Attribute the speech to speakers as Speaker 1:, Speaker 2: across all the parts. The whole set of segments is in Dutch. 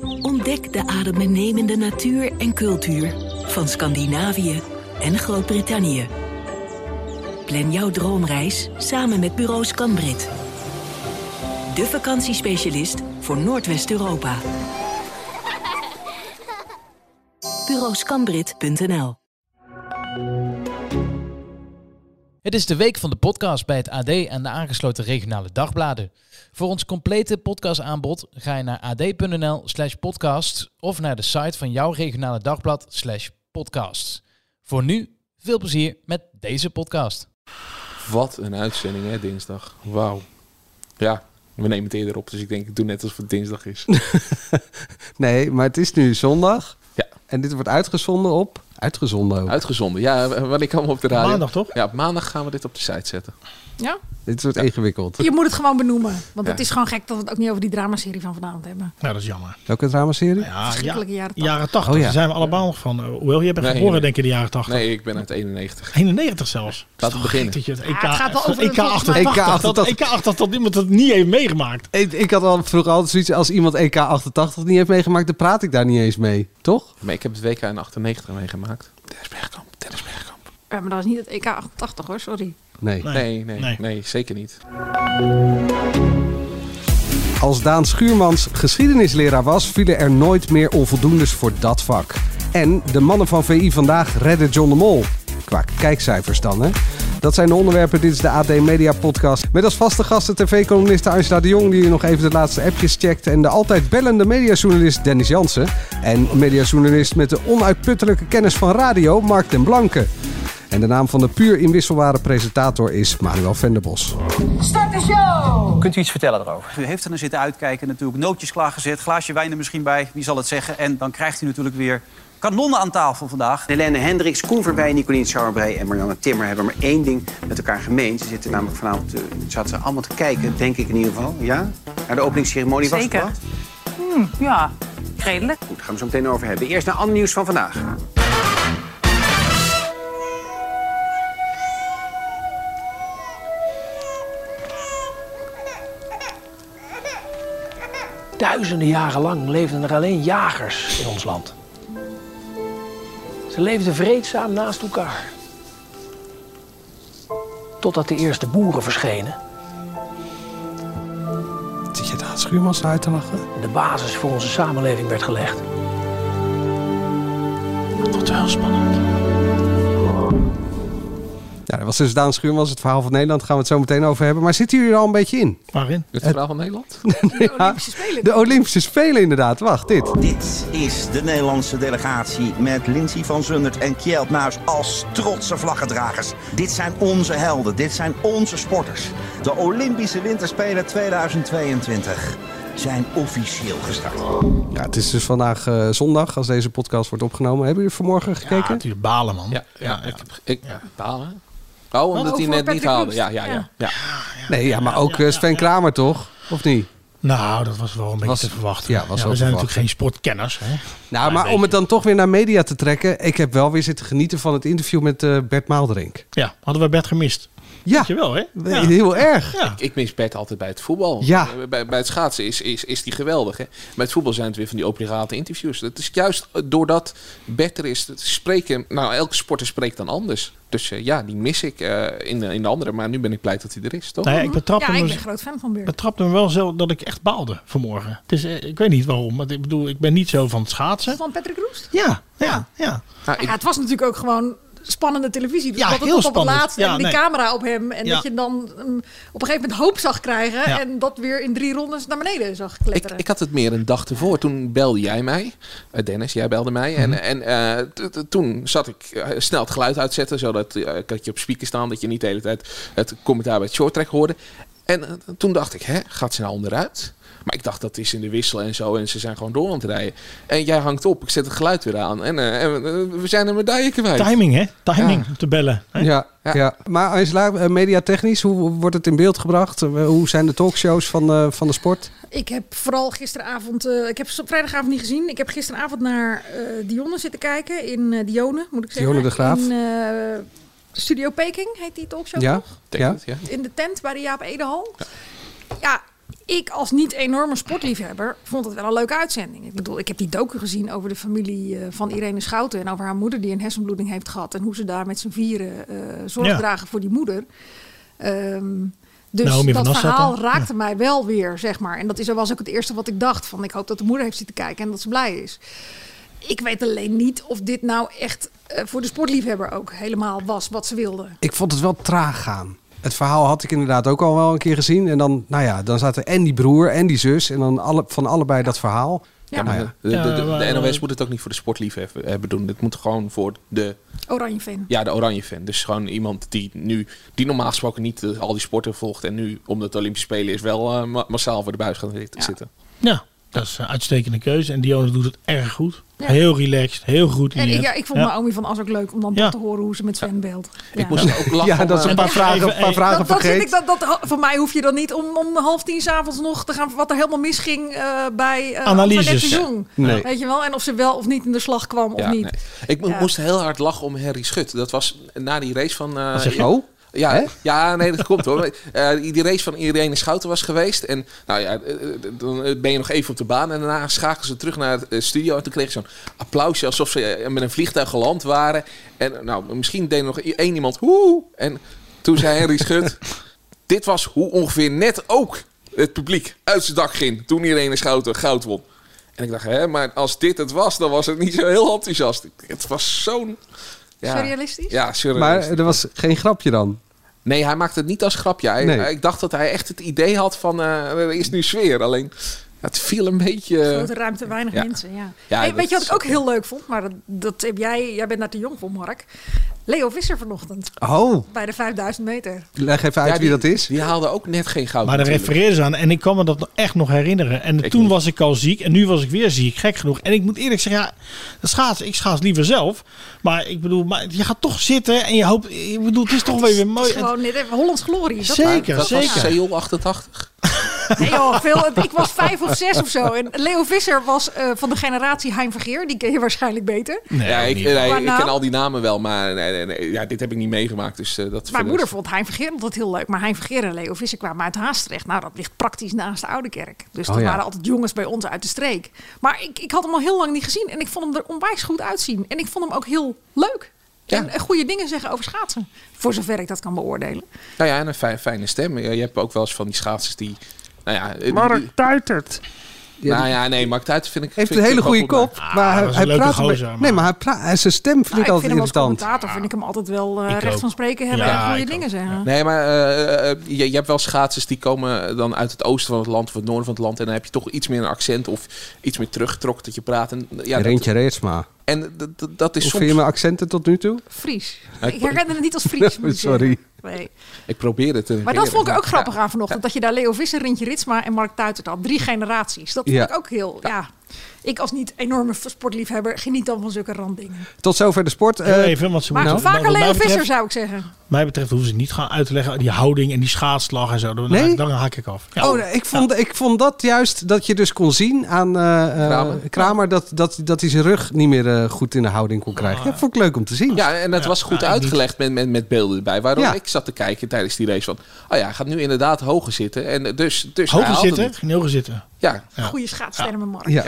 Speaker 1: Ontdek de adembenemende natuur en cultuur van Scandinavië en Groot-Brittannië. Plan jouw droomreis samen met bureau Scanbrit. De vakantiespecialist voor Noordwest-Europa. bureauscanbrit.nl
Speaker 2: Het is de week van de podcast bij het AD en de aangesloten regionale dagbladen. Voor ons complete podcastaanbod ga je naar ad.nl slash podcast of naar de site van jouw regionale dagblad slash podcast. Voor nu, veel plezier met deze podcast.
Speaker 3: Wat een uitzending, hè, dinsdag. Wauw. Ja, we nemen het eerder op, dus ik denk ik doe net alsof het dinsdag is.
Speaker 4: Nee, maar het is nu zondag.
Speaker 3: Ja.
Speaker 4: En dit wordt uitgezonden op... Uitgezonden ook.
Speaker 3: Uitgezonden. Ja, w- wanneer kwam op de radio?
Speaker 5: Maandag, toch?
Speaker 3: Ja, op maandag gaan we dit op de site zetten.
Speaker 6: Ja?
Speaker 4: Dit wordt ingewikkeld.
Speaker 6: Je moet het gewoon benoemen. Want
Speaker 3: Ja.
Speaker 6: het is gewoon gek dat we het ook niet over die dramaserie van vanavond hebben.
Speaker 5: Nou, dat is jammer.
Speaker 4: Welke dramaserie?
Speaker 5: Ja, ja,
Speaker 6: Verschrikkelijke jaren 80.
Speaker 5: jaren 80.
Speaker 4: Oh, ja.
Speaker 5: Daar zijn we allemaal nog van. Eh, Hoewel, jij bent
Speaker 3: Nee,
Speaker 5: geboren
Speaker 3: nee.
Speaker 5: denk ik in de jaren 80.
Speaker 3: Nee, ik ben uit 91.
Speaker 5: 91 zelfs.
Speaker 3: Laten
Speaker 5: Dat
Speaker 3: we
Speaker 5: is toch
Speaker 3: beginnen. E
Speaker 5: gek Dat E je het EK,
Speaker 6: Ja, het gaat wel over
Speaker 5: EK
Speaker 6: een-
Speaker 5: 88. Dat E EK 88 dat iemand dat niet heeft meegemaakt.
Speaker 4: Ik, ik had al vroeger altijd zoiets als iemand EK88 niet heeft meegemaakt, dan praat ik daar niet eens mee. Toch?
Speaker 3: Maar ik heb het WK in 98 meegemaakt. Dennis Bergkamp, Dennis Bergkamp.
Speaker 6: Ja, maar dat is niet het E EK 88 hoor, sorry.
Speaker 4: Nee.
Speaker 5: Nee.
Speaker 3: Nee, nee, nee,
Speaker 5: Nee.
Speaker 3: zeker niet.
Speaker 4: Als Daan Schuurmans geschiedenisleraar was, vielen er nooit meer onvoldoendes voor dat vak. En de mannen van VI vandaag redden John de Mol. Qua kijkcijfers dan, hè? Dat zijn de onderwerpen. Dit is de AD Media Podcast. Met als vaste gasten tv-columniste Angela de Jong, die nog even de laatste appjes checkt. En de altijd bellende mediajournalist Dennis Jansen. En mediajournalist met de onuitputtelijke kennis van radio, Mark den Blanke. En de naam van de puur inwisselbare presentator is Manuel Venderbos.
Speaker 7: Start de show!
Speaker 8: Kunt u iets vertellen erover?
Speaker 9: U heeft er naar zitten uitkijken, natuurlijk nootjes klaargezet, glaasje wijn er misschien bij, wie zal het zeggen. En dan krijgt u natuurlijk weer kanonnen aan tafel vandaag.
Speaker 8: Helene Hendricks, Koen Verwij, Nicolien Sauerbrei en Marianne Timmer hebben maar één ding met elkaar gemeen. Ze zitten namelijk vanavond, eh, zaten ze allemaal te kijken, denk ik in ieder geval. Ja? Naar de openingsceremonie
Speaker 7: Zeker. Hmm,
Speaker 8: was het wat?
Speaker 7: Ja, redelijk.
Speaker 8: Goed, daar gaan we zo meteen over hebben. Eerst naar ander nieuws van vandaag.
Speaker 10: Duizenden jaren lang leefden er alleen jagers in ons land. Ze leefden vreedzaam naast elkaar. Totdat de eerste boeren verschenen
Speaker 4: Zit je Daan Schuurmans uit te lachen?
Speaker 10: en de basis voor onze samenleving werd gelegd. Dat wel spannend.
Speaker 4: Ja, dat was dus Daan Schuurmans, het verhaal van Nederland. Daar gaan we het zo meteen over hebben. Maar zitten jullie er al een beetje in?
Speaker 5: Waarin?
Speaker 3: Het verhaal van Nederland?
Speaker 6: De Olympische Spelen.
Speaker 4: De Olympische Spelen inderdaad. Wacht, dit.
Speaker 9: Dit is de Nederlandse delegatie met Lindsy van Zundert en Kjeld Nuis als trotse vlaggedragers. Dit zijn onze helden, dit zijn onze sporters. De Olympische Winterspelen 2022 zijn officieel gestart.
Speaker 4: Ja, het is dus vandaag eh, zondag als deze podcast wordt opgenomen. Hebben jullie vanmorgen
Speaker 5: Ja,
Speaker 4: gekeken?
Speaker 5: natuurlijk balen, man.
Speaker 3: Ja, ja,
Speaker 5: ik-
Speaker 3: ik, ik balen. Oh, omdat hij
Speaker 6: over
Speaker 3: net niet
Speaker 6: Patrick
Speaker 3: haalde.
Speaker 6: Roest.
Speaker 3: Ja, ja, ja.
Speaker 6: Ja.
Speaker 3: ja.
Speaker 4: nee, ja, maar ook eh, Sven Kramer toch? Of niet?
Speaker 5: Nou, dat was wel een beetje
Speaker 4: Was-
Speaker 5: te verwachten.
Speaker 4: ja, was wel
Speaker 5: we
Speaker 4: te
Speaker 5: zijn
Speaker 4: verwachten.
Speaker 5: natuurlijk geen sportkenners. Hè?
Speaker 4: Nou, maar om het dan toch weer naar media te trekken. Ik heb wel weer zitten genieten van het interview met eh, Bert Maalderink.
Speaker 5: Ja, hadden we Bert gemist.
Speaker 4: Ja,
Speaker 5: Weet je wel, hè? Ja.
Speaker 4: heel erg.
Speaker 5: Ja.
Speaker 3: Ik mis Bert altijd bij het voetbal.
Speaker 4: Ja.
Speaker 3: Eh, Bij, bij het schaatsen is, is, is die geweldig. Hè? Bij het voetbal zijn het weer van die obligate interviews. Dat is juist eh, doordat Bert er is. dat Spreken, nou, elke sporter spreekt dan anders. Dus eh, ja, die mis ik eh, in, de- in de andere. Maar nu ben ik blij dat hij er is, toch?
Speaker 5: Nou ja, ik betrapte
Speaker 6: Mhm. Ja, ik
Speaker 5: me
Speaker 6: ben groot fan van Bert.
Speaker 5: betrapte me wel zo dat ik echt baalde vanmorgen. Dus eh, ik weet niet waarom. Want ik bedoel, ik ben niet zo van het schaatsen.
Speaker 6: Van Patrick Roest.
Speaker 5: Ja, ja, ja.
Speaker 3: Nou, ik-
Speaker 6: Ja, het was natuurlijk ook gewoon spannende televisie. Dus
Speaker 5: Ja,
Speaker 6: dat het
Speaker 5: heel
Speaker 6: tot op het
Speaker 5: spannend.
Speaker 6: laatst
Speaker 5: Ja,
Speaker 6: en die
Speaker 5: nee.
Speaker 6: camera op hem. En
Speaker 5: Ja.
Speaker 6: dat je dan hem op een gegeven moment hoop zag krijgen.
Speaker 5: Ja.
Speaker 6: En dat weer in drie rondes naar beneden zag kletteren.
Speaker 3: Ik, ik had het meer een dag ervoor. Toen belde jij mij. Eh, Dennis, jij belde mij. En, en eh, t- t- toen zat ik eh, snel het geluid uitzetten. Zodat eh, ik had je op speaker staan. Dat je niet de hele tijd het commentaar bij het short track hoorde. En eh, toen dacht ik, hè, gaat ze nou onderuit? Maar ik dacht, dat is in de wissel en zo. En ze zijn gewoon door aan het rijden. En jij hangt op. Ik zet het geluid weer aan. En, eh, en, eh, we zijn een medaille kwijt.
Speaker 5: Timing, hè? Timing om te bellen. hè?
Speaker 4: Ja, ja. Maar Angela, eh, mediatechnisch, hoe wordt het in beeld gebracht? Eh, Hoe zijn de talkshows van, eh, van de sport?
Speaker 6: Ik heb vooral gisteravond, eh, ik heb ze op vrijdagavond niet gezien. Ik heb gisteravond naar eh Dionne zitten kijken in eh, Dionne, moet ik zeggen.
Speaker 4: Dionne de Graaf.
Speaker 6: In eh, Studio Peking heet die talkshow.
Speaker 4: Ja,
Speaker 6: toch?
Speaker 3: Denk
Speaker 4: ja.
Speaker 3: het, ja.
Speaker 6: In de tent bij de Jaap Edehal. Ja. ik als niet enorme sportliefhebber vond het wel een leuke uitzending. Ik bedoel, ik heb die docu gezien over de familie eh, van Irene Schouten... en over haar moeder die een hersenbloeding heeft gehad... en hoe ze daar met z'n vieren eh, zorg
Speaker 5: Ja.
Speaker 6: dragen voor die moeder. Ehm, dus
Speaker 5: Naomi van
Speaker 6: dat
Speaker 5: Assad
Speaker 6: verhaal
Speaker 5: dan?
Speaker 6: raakte mij wel weer, zeg maar. En dat is, was ook het eerste wat ik dacht. Van, ik hoop dat de moeder heeft zitten kijken en dat ze blij is. Ik weet alleen niet of dit nou echt eh, voor de sportliefhebber ook helemaal was wat ze wilde.
Speaker 4: Ik vond het wel traag gaan. Het verhaal had ik inderdaad ook al wel een keer gezien. En dan, nou ja, dan zaten en die broer en die zus. En dan alle, van allebei dat verhaal.
Speaker 6: Ja.
Speaker 4: Nou
Speaker 3: maar de, de, de-
Speaker 5: Ja,
Speaker 3: de
Speaker 5: maar-
Speaker 3: NOS moet het ook niet voor de sportliefhebber doen. Dit moet gewoon voor de,
Speaker 6: Oranje fan.
Speaker 3: ja, de oranje fan. Dus gewoon iemand die nu, die normaal gesproken niet eh, al die sporten volgt. En nu, omdat de Olympische Spelen is, wel eh, ma- massaal voor de buis gaan zit-
Speaker 6: Ja.
Speaker 3: zitten.
Speaker 5: Ja, dat is een uitstekende keuze. En Dionne doet het erg goed.
Speaker 6: Ja.
Speaker 5: Heel relaxed, heel goed.
Speaker 6: En ik, ja,
Speaker 5: neer.
Speaker 6: ik vond
Speaker 5: Ja.
Speaker 6: Naomi van As ook leuk om dan
Speaker 5: Ja.
Speaker 6: te horen hoe ze met Sven belt. Ja.
Speaker 3: Ik moest ook lachen.
Speaker 4: Ja,
Speaker 3: om,
Speaker 4: dat is
Speaker 3: eh,
Speaker 4: een paar
Speaker 5: Even-
Speaker 4: vragen, een paar
Speaker 5: even-
Speaker 4: vragen
Speaker 6: Dat, dat vind ik,
Speaker 4: vergeet.
Speaker 6: dat, dat, voor mij hoef je dan niet om, om half tien s'avonds nog te gaan... wat er helemaal misging eh, bij eh
Speaker 5: Analyses.
Speaker 6: Antoinette de Jong.
Speaker 4: Nee.
Speaker 6: Weet je wel? En of ze wel of niet in de slag kwam
Speaker 3: ja,
Speaker 6: of niet.
Speaker 3: nee. Ik mo-
Speaker 6: Ja.
Speaker 3: moest heel hard lachen om Harry Schut. Dat was na die race van... eh,
Speaker 5: zeg je?
Speaker 4: Oh, Hè?
Speaker 3: Ja, ja, nee, dat komt hoor. Eh, die race van Irene Schouten was geweest. En nou ja, eh, eh, dan eh, ben je nog even op de baan. En daarna schakelen ze terug naar de studio. En toen kreeg je zo'n applausje alsof ze eh, met een vliegtuig geland waren. En eh, nou, misschien deed nog i- één iemand hoe. En toen zei Henry Schut... Dit was hoe ongeveer net ook het publiek uit zijn dak ging. Toen Irene Schouten goud won. En ik dacht, hè, maar als dit het was, dan was het niet zo heel enthousiast. Het was zo'n... Ja,
Speaker 6: Surrealistisch?
Speaker 3: Ja,
Speaker 4: maar
Speaker 3: surrealistisch.
Speaker 4: er was geen grapje dan.
Speaker 3: Nee, hij maakte het niet als grapje. Hij,
Speaker 4: Nee.
Speaker 3: Ik dacht dat hij echt het idee had van eh, er is nu sfeer. Alleen het viel een beetje.
Speaker 6: Grote ruimte, weinig
Speaker 3: Eh, ja.
Speaker 6: mensen. Ja.
Speaker 3: Ja,
Speaker 6: Hey,
Speaker 3: dat
Speaker 6: weet je wat
Speaker 3: is
Speaker 6: ik ook
Speaker 3: ook-
Speaker 6: heel leuk vond? Maar dat, dat heb jij, jij bent daar te jong voor, Mark. Leo Visser vanochtend
Speaker 4: Oh,
Speaker 6: bij de 5000 meter.
Speaker 4: leg even uit
Speaker 3: Ja,
Speaker 4: wie dat is.
Speaker 3: Die haalde ook net geen goud.
Speaker 5: Maar daar
Speaker 3: natuurlijk.
Speaker 5: refereerden ze aan. En ik kan me dat echt nog herinneren. En
Speaker 3: Ik
Speaker 5: toen
Speaker 3: niet.
Speaker 5: was ik al ziek. En nu was ik weer ziek. Gek genoeg. En ik moet eerlijk zeggen. Ja, dat schaats, ik schaats liever zelf. Maar ik bedoel. Maar je gaat toch zitten. En je hoopt. Ik bedoel. Het is toch wel weer
Speaker 6: Het is
Speaker 5: mooi.
Speaker 6: gewoon net even Hollands glorie. Dat
Speaker 3: Maar
Speaker 5: Zeker,
Speaker 3: dat was
Speaker 5: zeker.
Speaker 3: Seoul 88.
Speaker 6: Nee, joh, veel, ik was vijf of zes of zo. En Leo Visser was eh, van de generatie Hein Vergeer. Die ken je waarschijnlijk beter.
Speaker 5: Nee,
Speaker 3: ja, ik,
Speaker 5: niet.
Speaker 3: nee,
Speaker 6: Maar
Speaker 3: ik
Speaker 6: nou?
Speaker 3: ken al die namen wel, maar nee, nee, nee, ja, dit heb ik niet meegemaakt. Dus, eh, dat
Speaker 6: Mijn
Speaker 3: voor
Speaker 6: moeder
Speaker 3: de-
Speaker 6: vond Hein Vergeer altijd heel leuk. Maar Hein Vergeer en Leo Visser kwamen uit Haastrecht. Nou, dat ligt praktisch naast de Oude Kerk. Dus
Speaker 4: Oh,
Speaker 6: dat
Speaker 4: ja.
Speaker 6: waren altijd jongens bij ons uit de streek. Maar ik, ik had hem al heel lang niet gezien. En ik vond hem er onwijs goed uitzien. En ik vond hem ook heel leuk.
Speaker 3: Ja.
Speaker 6: En eh, goede dingen zeggen over schaatsen. Voor zover ik dat kan beoordelen.
Speaker 3: Nou ja, en een fijn- fijne stem. Je je hebt ook wel eens van die schaatsers die. Nou ja, eh, die-
Speaker 5: tuitert.
Speaker 4: Ja,
Speaker 3: nou ja, nee, Mark Tuit vind ik.
Speaker 4: Heeft
Speaker 3: vind
Speaker 4: een
Speaker 3: ik
Speaker 4: hele
Speaker 3: wel
Speaker 4: goede
Speaker 3: goed, maar-
Speaker 4: kop. Maar hij,
Speaker 5: dat is een
Speaker 4: hij
Speaker 5: leuke
Speaker 4: praat een
Speaker 5: gozer,
Speaker 4: beetje-
Speaker 5: maar-
Speaker 4: Nee, maar hij praat, zijn stem vind ik
Speaker 6: Nou, ik
Speaker 4: altijd
Speaker 6: vind hem als
Speaker 4: irritant.
Speaker 6: commentator vind ik hem altijd wel eh,
Speaker 5: Ik
Speaker 6: recht
Speaker 5: ook.
Speaker 6: van spreken hebben
Speaker 5: Ja,
Speaker 6: en goede
Speaker 5: ik
Speaker 6: dingen
Speaker 5: ook.
Speaker 6: zeggen.
Speaker 3: Nee, maar eh, eh, je, je hebt wel schaatsers die komen dan uit het oosten van het land of het noorden van het land. En dan heb je toch iets meer een accent of iets meer teruggetrokken dat je praat. En, eh, ja, dat,
Speaker 4: Rentje Reetsma.
Speaker 3: en dat- dat, dat is
Speaker 4: Hoe
Speaker 3: soms...
Speaker 4: vind je mijn accenten tot nu toe?
Speaker 6: Fries.
Speaker 3: Ja, ik-
Speaker 6: Ik herkende het niet als Fries. moet ik
Speaker 4: Sorry.
Speaker 6: zeggen. Nee.
Speaker 3: Ik probeer het.
Speaker 6: Maar dat vond ik ook grappig aan vanochtend. Dat je daar Leo Visser, Rintje Ritsma en Mark Tuitert had. Drie generaties. Dat
Speaker 4: Ja.
Speaker 6: vond ik ook heel... Ja. Ik als niet enorme sportliefhebber geniet dan van zulke randdingen.
Speaker 4: Tot zover de sport.
Speaker 5: Heel
Speaker 4: Eh,
Speaker 5: even, want ze
Speaker 6: Maar
Speaker 5: moeten-
Speaker 6: vaker
Speaker 5: wat mij
Speaker 6: Leo
Speaker 5: betreft-
Speaker 6: Visser zou ik zeggen.
Speaker 5: mij betreft hoeven ze niet gaan uit te leggen. Die houding en die schaatslag en zo. Dan,
Speaker 4: Nee?
Speaker 5: dan haak ik af. Ja.
Speaker 4: Oh, nee, ik vond, ik vond dat juist dat je dus kon zien aan eh, eh, Kramer,
Speaker 3: Kramer.
Speaker 4: dat, dat, dat hij zijn rug niet meer eh, goed in de houding kon
Speaker 5: Oh.
Speaker 4: krijgen. Dat vond ik leuk om te zien.
Speaker 3: Ja, en dat
Speaker 5: Ja,
Speaker 3: was goed
Speaker 5: ja, ik
Speaker 3: uitgelegd met, met, met beelden erbij. Waardoor
Speaker 4: Ja.
Speaker 3: ik zat te kijken tijdens die race van... Oh ja, hij gaat nu inderdaad hoger zitten. En eh, dus, dus hij
Speaker 5: Hoger
Speaker 3: haalt het
Speaker 5: zitten?
Speaker 3: niet.
Speaker 5: Hoger zitten.
Speaker 3: Ja,
Speaker 5: Ja.
Speaker 6: Goede schaatstermen, Mark.
Speaker 4: Ja.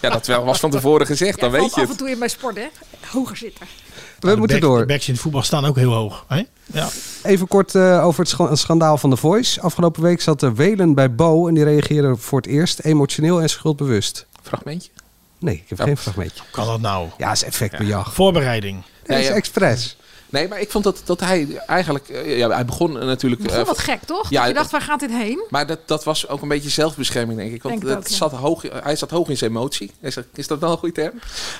Speaker 3: ja, dat wel was van tevoren gezegd.
Speaker 6: Jij
Speaker 3: dan weet
Speaker 6: valt
Speaker 3: je
Speaker 6: af
Speaker 3: het.
Speaker 6: en toe in bij sport, hè? Hoger zitten.
Speaker 4: we
Speaker 5: Nou, de
Speaker 4: moeten
Speaker 5: back-
Speaker 4: door.
Speaker 5: De backs in het voetbal staan ook heel hoog. Hè? Ja.
Speaker 4: Even kort eh, over het scha- schandaal van The Voice. Afgelopen week zat er Welen bij Bo en die reageerde voor het eerst emotioneel en schuldbewust.
Speaker 3: Fragmentje.
Speaker 4: Nee, ik heb
Speaker 3: Ja.
Speaker 4: geen fragmentje.
Speaker 5: Kan dat nou?
Speaker 4: Ja, is effectbejag.
Speaker 5: Voorbereiding.
Speaker 4: Nee, is
Speaker 3: Ja, ja.
Speaker 4: expres.
Speaker 3: Nee, maar ik vond dat, dat hij eigenlijk... eh, Ja, hij begon eh, natuurlijk...
Speaker 6: Ik vond
Speaker 3: eh,
Speaker 6: wat gek, toch?
Speaker 3: ja,
Speaker 6: dat je
Speaker 3: dat-
Speaker 6: dacht, waar gaat dit heen?
Speaker 3: Maar dat, dat was ook een beetje zelfbescherming, denk ik. Want
Speaker 6: Denk het
Speaker 3: dat
Speaker 6: ook, ja.
Speaker 3: zat hoog, hij zat hoog in zijn emotie. Is dat, is dat wel een goede term?